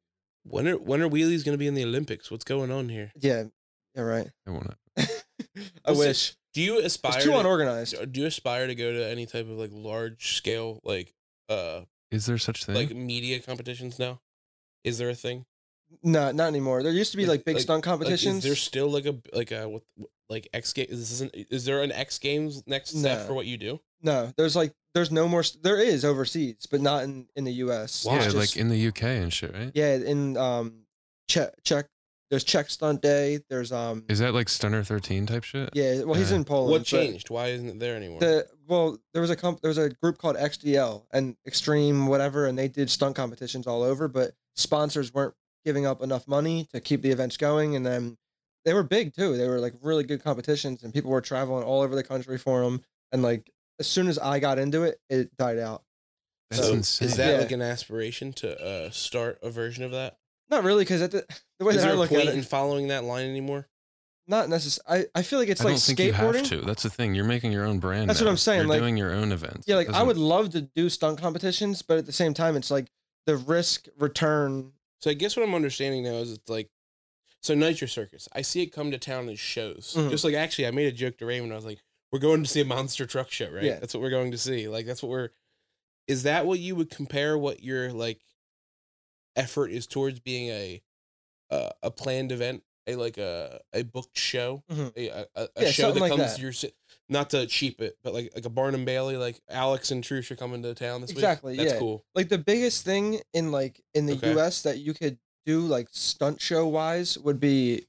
when are when are wheelies going to be in the Olympics? What's going on here? Yeah, yeah, right. I won't. I Listen, wish Do you aspire? it's too to- unorganized. do you aspire to go to any type of like large scale like uh Is there such thing? like media competitions now? Is there a thing? No, not anymore. There used to be Like- like, big like- stunt Like, is competitions. there still like a like a what like X Games? Is this an, is there an X Games next step No. for what you do? no, there's like there's no more. s- There is overseas, but not in in the U.S. yeah, It's like just- in the UK and shit, right? yeah, in um Czech Czech. There's Czech stunt day. There's um Is that like Stunner Thirteen type shit? yeah. Well, he's uh, in Poland. What but changed? Why isn't it there anymore? The well, there was a comp- there was a group called XDL and Extreme whatever, and they did stunt competitions all over, but sponsors weren't giving up enough money to keep the events going, and then they were big too. They were like really good competitions, and people were traveling all over the country for them. And like as soon as I got into it, it died out. That's So, insane. Is that Yeah. like an aspiration to uh, start a version of that? Not really, because the, the way Is that I there a look at point in it, following that line anymore? not necessarily. I, I feel like it's I like don't think you have skateboarding. to. That's the thing. You're making your own brand. That's what now. I'm saying, You're like- doing your own events. Yeah, It like I doesn't- would love to do stunt competitions, but at the same time, it's like the risk return. So I guess what I'm understanding now is it's like, so Nitro Circus, I see it come to town as shows. Mhm. Just like actually, I made a joke to Raymond. I was like, we're going to see a monster truck show, right? Yeah. That's what we're going to see. Like that's what we're. Is that what you would compare what your like effort is towards being a uh, a planned event, a like a a booked show, Mhm. a, a, a Yeah, show something that like comes that. to your ci- not to cheap it, but like like a Barnum Bailey, like Alex and Trush are coming to town this Exactly, week. That's yeah. cool. Like the biggest thing in like in the Okay. U.S. that you could do like stunt show wise would be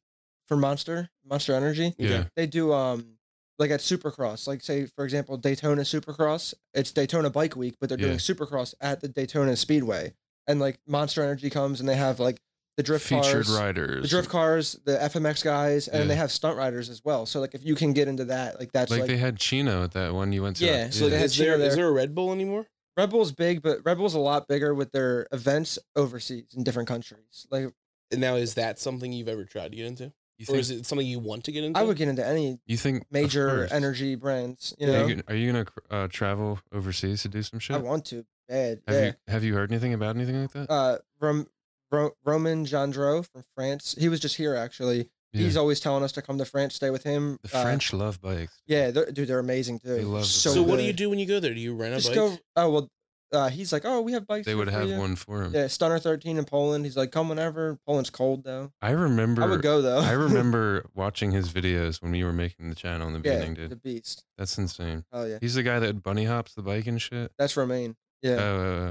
for Monster Monster Energy. Yeah. Okay. They do um like at Supercross, like say for example Daytona Supercross. It's Daytona Bike Week, but they're Yeah. doing Supercross at the Daytona Speedway, and like Monster Energy comes and they have like the drift featured cars. riders. the drift cars, the FMX guys, and Yeah. they have stunt riders as well. So like if you can get into that, like that's like, like, they had Chino at that one you went to. Yeah, So they had is there cheer is there. there a Red Bull anymore? Red Bull's big, but Red Bull's a lot bigger with their events overseas in different countries. Like And now, is that something you've ever tried to get into, you or think, is it something you want to get into? I would get into any you think of major course. energy brands, you Are know. you, gonna- are you gonna cr- uh, travel overseas to do some shit? I want to bad. have yeah. you have you heard anything about anything like that? Uh Rom- Ro- Roman Gendreau from France. He was just here actually. Yeah. He's always telling us to come to France, stay with him. the Uh, French love bikes. Yeah, they're, dude, they're amazing too. They love the so So, what do you good. do when you go there? Do you rent a Just bike? go. Oh well, uh, he's like, oh, we have bikes. They here would for have you." one for him. Yeah, Stunner 13 in Poland. He's like, come whenever. Poland's cold though. I remember. I would go though. I remember watching his videos when we were making the channel in the yeah, beginning, the dude. beast. That's insane. Oh yeah, He's the guy that bunny hops the bike and shit. that's Romain. Yeah,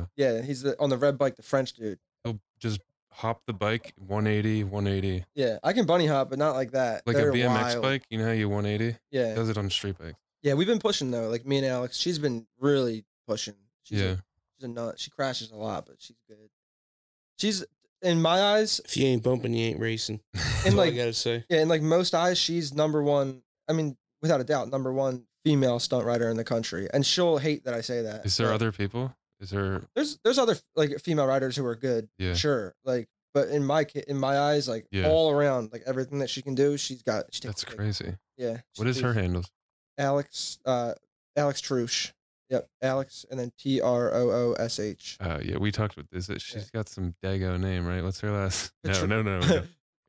Uh, yeah, he's the on the red bike, the French dude. he'll just hop the bike 180, 180. Yeah, I can bunny hop, but not like that. Like They're a BMX wild. bike, you know how you 180? Yeah, Does it on street bike. yeah, we've been pushing though. Like me and Alex, she's been really pushing. She's yeah. a, she's a nut. She crashes a lot, but she's good. She's in my eyes, if you ain't bumping, you ain't racing. That's in all like I gotta say, yeah, in like most eyes, she's number one. I mean, without a doubt, number one female stunt rider in the country, and she'll hate that I say that. Is there but- other people? Is there there's there's other like female riders who are good, Yeah. sure. Like, but in my ca- in my eyes, like Yeah. all around, like everything that she can do, she's got. She takes That's the cake. crazy. Yeah. What is her handle? Alex? Uh, Alex Trush. Yep, Alex, and then T R O O S H. Uh, yeah, we talked about this. She's got some Dago name, right? What's her last? No, Petro- no, no. no.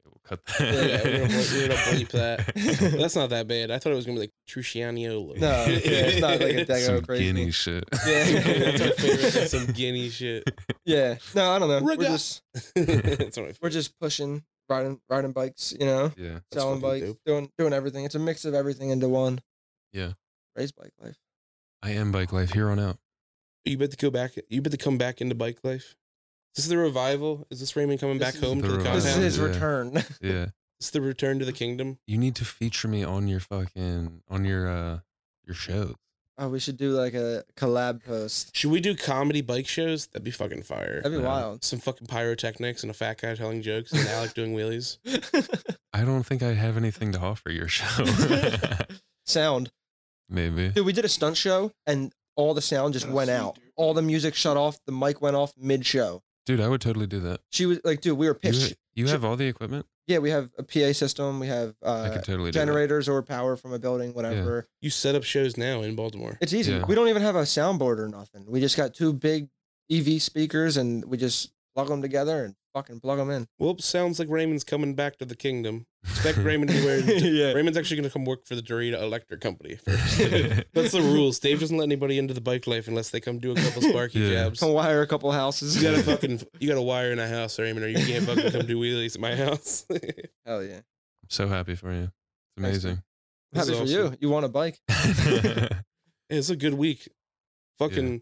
We'll cut that. Yeah, we don't bleep- we don't bleep that. But that's not that bad. I thought it was gonna be like Trucianiolo. No, yeah, it's not like a Dago some crazy. Guinea shit. Yeah. that's our favorite. That's some guinea shit. Yeah. No, I don't know. Raga- We're just that's what I we're just pushing, riding riding bikes. You know, Yeah. That's selling fucking bikes, dope. doing doing everything. It's a mix of everything into one. Yeah. Race bike life. I am bike life here on out. You bet to go back. You bet to come back into bike life. Is this the revival? Is this Raymond coming This back is home the to the revival. compound? This is his yeah. return. Yeah. It's the return to the kingdom. You need to feature me on your fucking on your uh your shows. Oh, we should do like a collab post. Should we do comedy bike shows? That'd be fucking fire. That'd be Yeah. wild. Some fucking pyrotechnics and a fat guy telling jokes and Alec doing wheelies. I don't think I have anything to offer your show. sound. Maybe. Dude, we did a stunt show and all the sound just went out. All the music shut off. The mic went off mid show. Dude, I would totally do that. She was like, dude, we were You, pitched. you have all the equipment? Yeah, we have a PA system. We have I uh, could totally do that. generators or power from a building, whatever. You set up shows now in Baltimore. It's easy. Yeah. We don't even have a soundboard or nothing. We just got two big EV speakers and we just plug them together and fucking plug them in. Whoops, sounds like Raymond's coming back to the kingdom. Expect Raymond to wear. yeah. Raymond's actually going to come work for the Dorita Electric Company first. That's the rules. Dave doesn't let anybody into the bike life unless they come do a couple sparky Yeah. jabs. Come wire a couple houses. You got to fucking you got a wire in a house, Raymond, or you can't fucking come do wheelies at my house. Hell yeah. so happy for you. It's Thanks, amazing. I'm This happy is for awesome. you. You want a bike? it's a good week. Fucking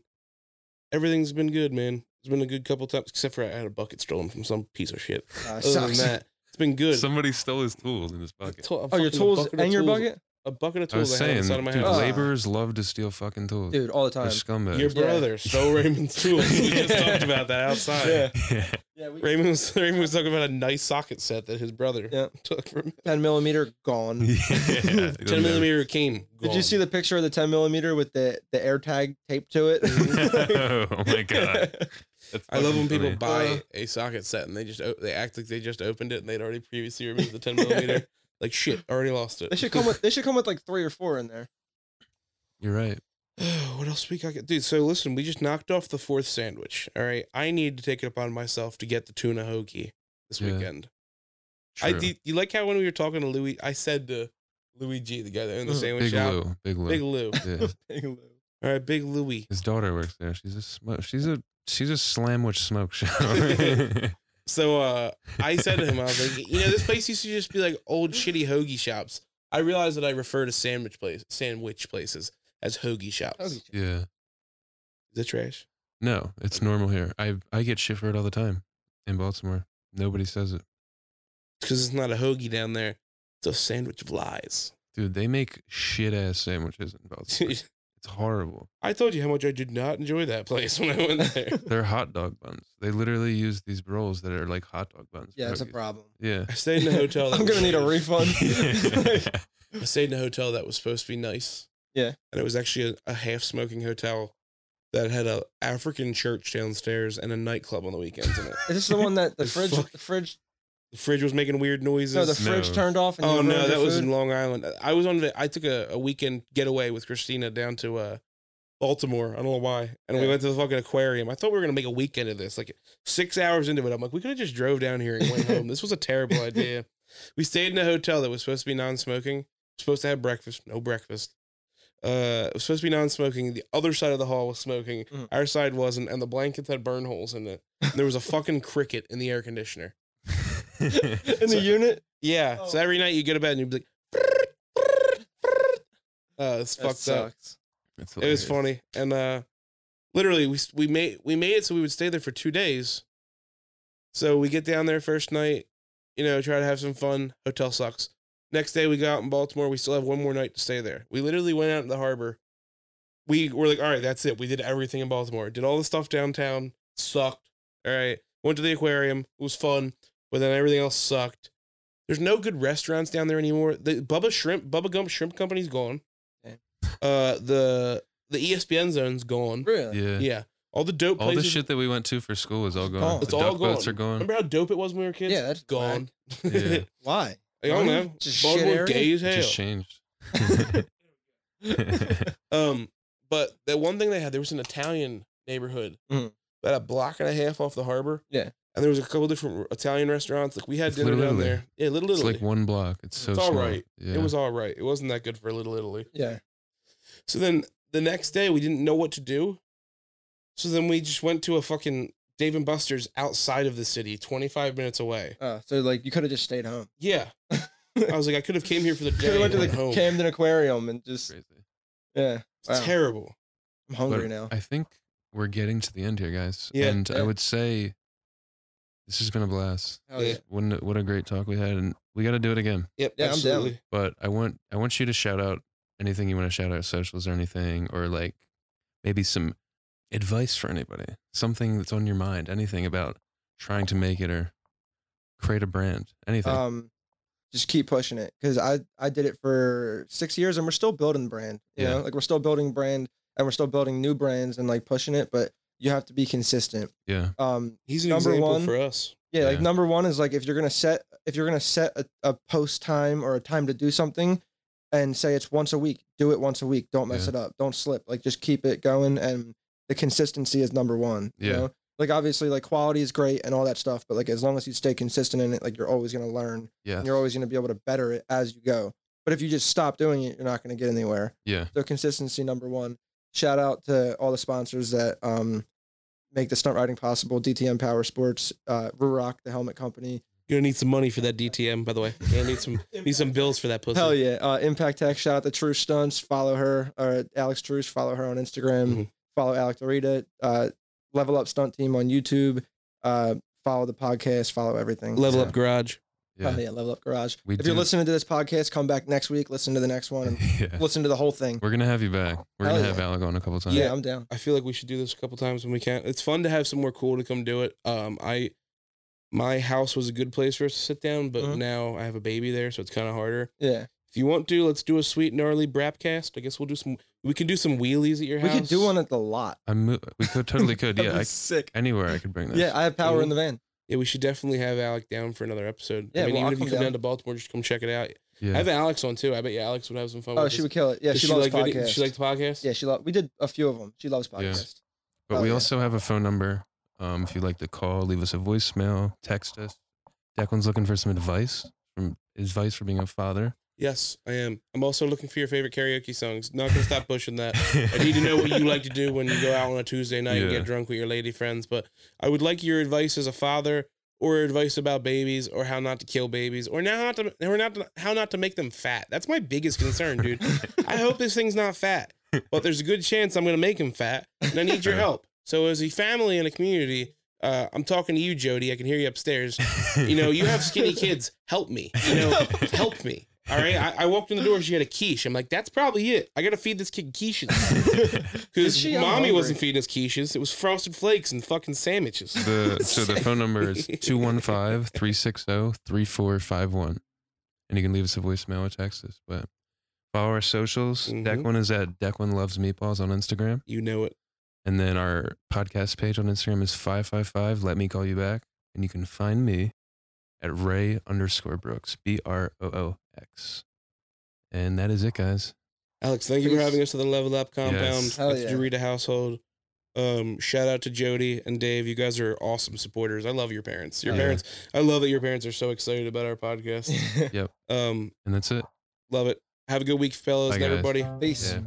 everything's been good, man. It's been a good couple times, except for I had a bucket stolen from some piece of shit. Uh, Other than sucks. that, it's been good. Somebody stole his tools in his pocket. To- a Oh, your fucking tools bucket of and your tools- bucket? A bucket of I was tools I, had saying, inside of my dude, house. lab- laborers love to steal fucking tools. Dude, all the They're time. scumbags. Ah, Your brother stole Raymond's tools. We just talked about that outside. Yeah. yeah. Yeah, we, Raymond was Raymond was talking about a nice socket set that his brother Yeah. took from. 10 millimeter gone. Ten millimeter came. Did you see the picture of the 10 millimeter with the, the air tag taped to it? oh my god! That's I love fucking when people funny. buy Uh. a socket set and they just o- they act like they just opened it and they'd already previously removed the ten millimeter. like shit, already lost it. they should come with they should come with like three or four in there. You're right. what else we got? Dude, so listen, we just knocked off the fourth sandwich. All right, I need to take it upon myself to get the tuna hoagie this Yeah. weekend. True. I do, you like how when we were talking to Louis, I said to Louis G, the guy that owned the Mhm. sandwich Big shop, Lou. Big Lou. Big Lou. Yeah. All right, Big Louis. His daughter works there. She's a smoke. She's a she's a slam which smoke show. So uh, I said to him, I was like, you know, this place used to just be like old shitty hoagie shops. I realized that I refer to sandwich place sandwich places as hoagie shops. Hoagie. yeah. Is it trash? No, it's normal here. I I get shit for it all the time in Baltimore. Nobody says it. Because it's not a hoagie down there. It's a sandwich of lies. Dude, they make shit ass sandwiches in Baltimore. it's horrible. I told you how much I did not enjoy that place when I went there. They're hot dog buns. They literally use these rolls that are like hot dog buns. for Yeah, it's a hoagies. problem. Yeah. I stayed in a hotel. I'm gonna was- need a refund. I stayed in a hotel that was supposed to be nice. Yeah. And it was actually a, a half smoking hotel that had a African church downstairs and a nightclub on the weekends in it. Is this the one that the It's fridge fuck- the fridge The fridge was making weird noises. no the fridge No. turned off and you oh ruined no, your that was in food? Long Island. I was on. va- I took a, a weekend getaway with Christina down to uh, Baltimore. I don't know why, and we Yeah. went to the fucking aquarium. I thought we were gonna make a weekend of this. Like six hours into it, I'm like, we could have just drove down here and went home. This was a terrible idea. We stayed in a hotel that was supposed to be non-smoking. Supposed to have breakfast, no breakfast. Uh, it was supposed to be non-smoking. The other side of the hall was smoking. Mm. Our side wasn't, and the blankets had burn holes in it. And there was a fucking cricket in the air conditioner. in the So- unit. Yeah. So Oh. every night you go to bed and you'd be like, oh, it's That fucked up. sucks. It's It was hilarious. funny. And uh, literally, we, we, made, we made it so we would stay there for two days. So we get down there first night, you know, try to have some fun. Hotel sucks. Next day we go out in Baltimore. We still have one more night to stay there. We literally went out in the harbor. We were like, all right, that's it. We did everything in Baltimore. Did all the stuff downtown. Sucked. All right. Went to the aquarium. It was fun. But then everything else sucked. There's no good restaurants down there anymore. The Bubba Shrimp, Bubba Gump Shrimp Company's gone. Damn. Uh, the the E ESPN zone's gone. Really? Yeah. Yeah. All the dope All the places. shit that we went to for school is all gone. gone. The It's all duck boats gone. are gone. Remember how dope it was when we were kids? Yeah, that's gone. Yeah. Why? I don't know. Just shit Baltimore area? gay as It hell. just changed. Um, but the one thing they had, there was an Italian neighborhood Mhm. about a block and a half off the harbor. Yeah. And there was a couple different Italian restaurants. Like we had It's dinner Little down Italy. there. Yeah, Little it's Italy. like one block. It's so It's all small. right. Yeah. It was all right. It wasn't that good for Little Italy. Yeah. So then the next day we didn't know what to do. So then we just went to a fucking Dave and Buster's outside of the city, 25 minutes away. Oh, so like you could have just stayed home. Yeah. I was like, I could have came here for the Could day. have went to the and home. Camden Aquarium and just crazy. yeah. It's Wow. Terrible. I'm hungry But now. I think we're getting to the end here, guys. Yeah. And I Yeah. would say this has been a blast. Hell yeah. Yeah. What a, what a great talk we had, and we got to do it again. Yep. Yeah, I'm down. absolutely. But I want I want you to shout out anything you want to shout out socials or anything or like maybe some advice for anybody something that's on your mind anything about trying to make it or create a brand anything Um, just keep pushing it because I I did it for six years and we're still building the brand. You Yeah. know, like we're still building brand and we're still building new brands and like pushing it, but you have to be consistent. yeah Um, He's an Number example one. for us. yeah, like Yeah. number one is like if you're gonna set if you're gonna set a, a post time or a time to do something and say it's once a week, do it once a week. Don't mess Yeah. it up. Don't slip. Like just keep it going and the consistency is number one. You Yeah. know? Like obviously like quality is great and all that stuff, but like as long as you stay consistent in it, like you're always gonna learn yeah and you're always going to be able to better it as you go. But if you just stop doing it, you're not going to get anywhere. yeah So consistency number one. Shout out to all the sponsors that um, make the stunt riding possible: DTM Power Sports, uh, Rurock, the helmet company. You're gonna need some money for that DTM, by the way. You're gonna need some need some bills for that pussy. Hell yeah! Uh, Impact Tech. Shout out to True Stunts. Follow her or Alex Truce. Follow her on Instagram. Mm-hmm. Mhm. Follow Alec Dorita. Uh, Level Up Stunt Team on YouTube. Uh, follow the podcast. Follow everything. Level Yeah. up garage. Oh, yeah yeah, Level Up Garage. We if you're did- listening to this podcast, come back next week. Listen to the next one. And yeah listen to the whole thing. we're gonna have you back we're Hell gonna have yeah. alec on a couple times Yeah, I'm down. I feel like we should do this a couple times when we can. It's fun to have somewhere cool to come do it. Um, I my house was a good place for us to sit down, but Mhm. now I have a baby there, so it's kind of harder. Yeah. If you want to, let's do a sweet gnarly brapcast. I guess we'll do some. We can do some wheelies at your We house. could do one at the lot. i mo- we could totally could That'd yeah be I, sick. anywhere i could bring this Yeah, I have power Mhm. in the van. Yeah, we should definitely have Alec down for another episode. Yeah, I mean, well, I'll even if you come come down. down. to Baltimore, just come check it out. yeah I have Alex on too. I bet you Alex would have some fun. Oh, with she us. would kill it. Yeah, Does she, loves like podcasts. video- she likes podcasts. yeah, she loves. We did a few of them. She loves Yeah. podcasts. But Oh, we yeah. also have a phone number. Um, if you'd like to call, leave us a voicemail, text us. Declan's looking for some advice from advice for being a father. Yes, I am. I'm also looking for your favorite karaoke songs. Not gonna stop pushing that. I need to know what you like to do when you go out on a Tuesday night and Yeah. get drunk with your lady friends. But I would like your advice as a father, or advice about babies, or how not to kill babies, or now how to or not to, how not to make them fat. That's my biggest concern, dude. I hope this thing's not fat, but there's a good chance I'm gonna make him fat, and I need your help. So as a family and a community, uh, I'm talking to you, Jody. I can hear you upstairs. You know, you have skinny kids. Help me. You know, help me. All right. I, I walked in the door. She had a quiche. I'm like, that's probably it. I got to feed this kid quiches Is because she- I'm mommy hungry. wasn't feeding us quiches. It was frosted flakes and fucking sandwiches. the, so the phone number is oh, 215-360-3451. And you can leave us a voicemail or text us. But follow our socials. Mhm. Mm-hmm. Declan is at Declan Loves Meatballs on Instagram. You know it. And then our podcast page on Instagram is 555 Let Me Call You Back. And you can find me at Ray underscore Brooks, B R O O X. And that is it, guys. Alex, thank you for Peace. having us to the Level Up compound Yes. Hell at the yeah. Dorita household. Um, shout out to Jody and Dave. You guys are awesome supporters. I love your parents. Your Oh, Yeah. parents. I love that your parents are so excited about our podcast. Um, And that's it. love it. Have a good week, fellas, Bye, and guys. everybody. Peace. Yeah.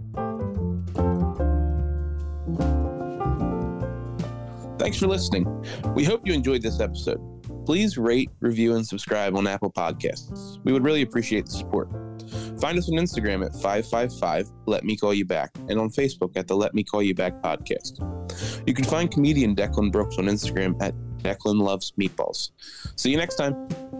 Thanks for listening. We hope you enjoyed this episode. Please rate, review, and subscribe on Apple Podcasts. We would really appreciate the support. Find us on Instagram at 555 Let Me Call You Back and on Facebook at the Let Me Call You Back podcast. You can find comedian Declan Brooks on Instagram at Declan Loves Meatballs. See you next time.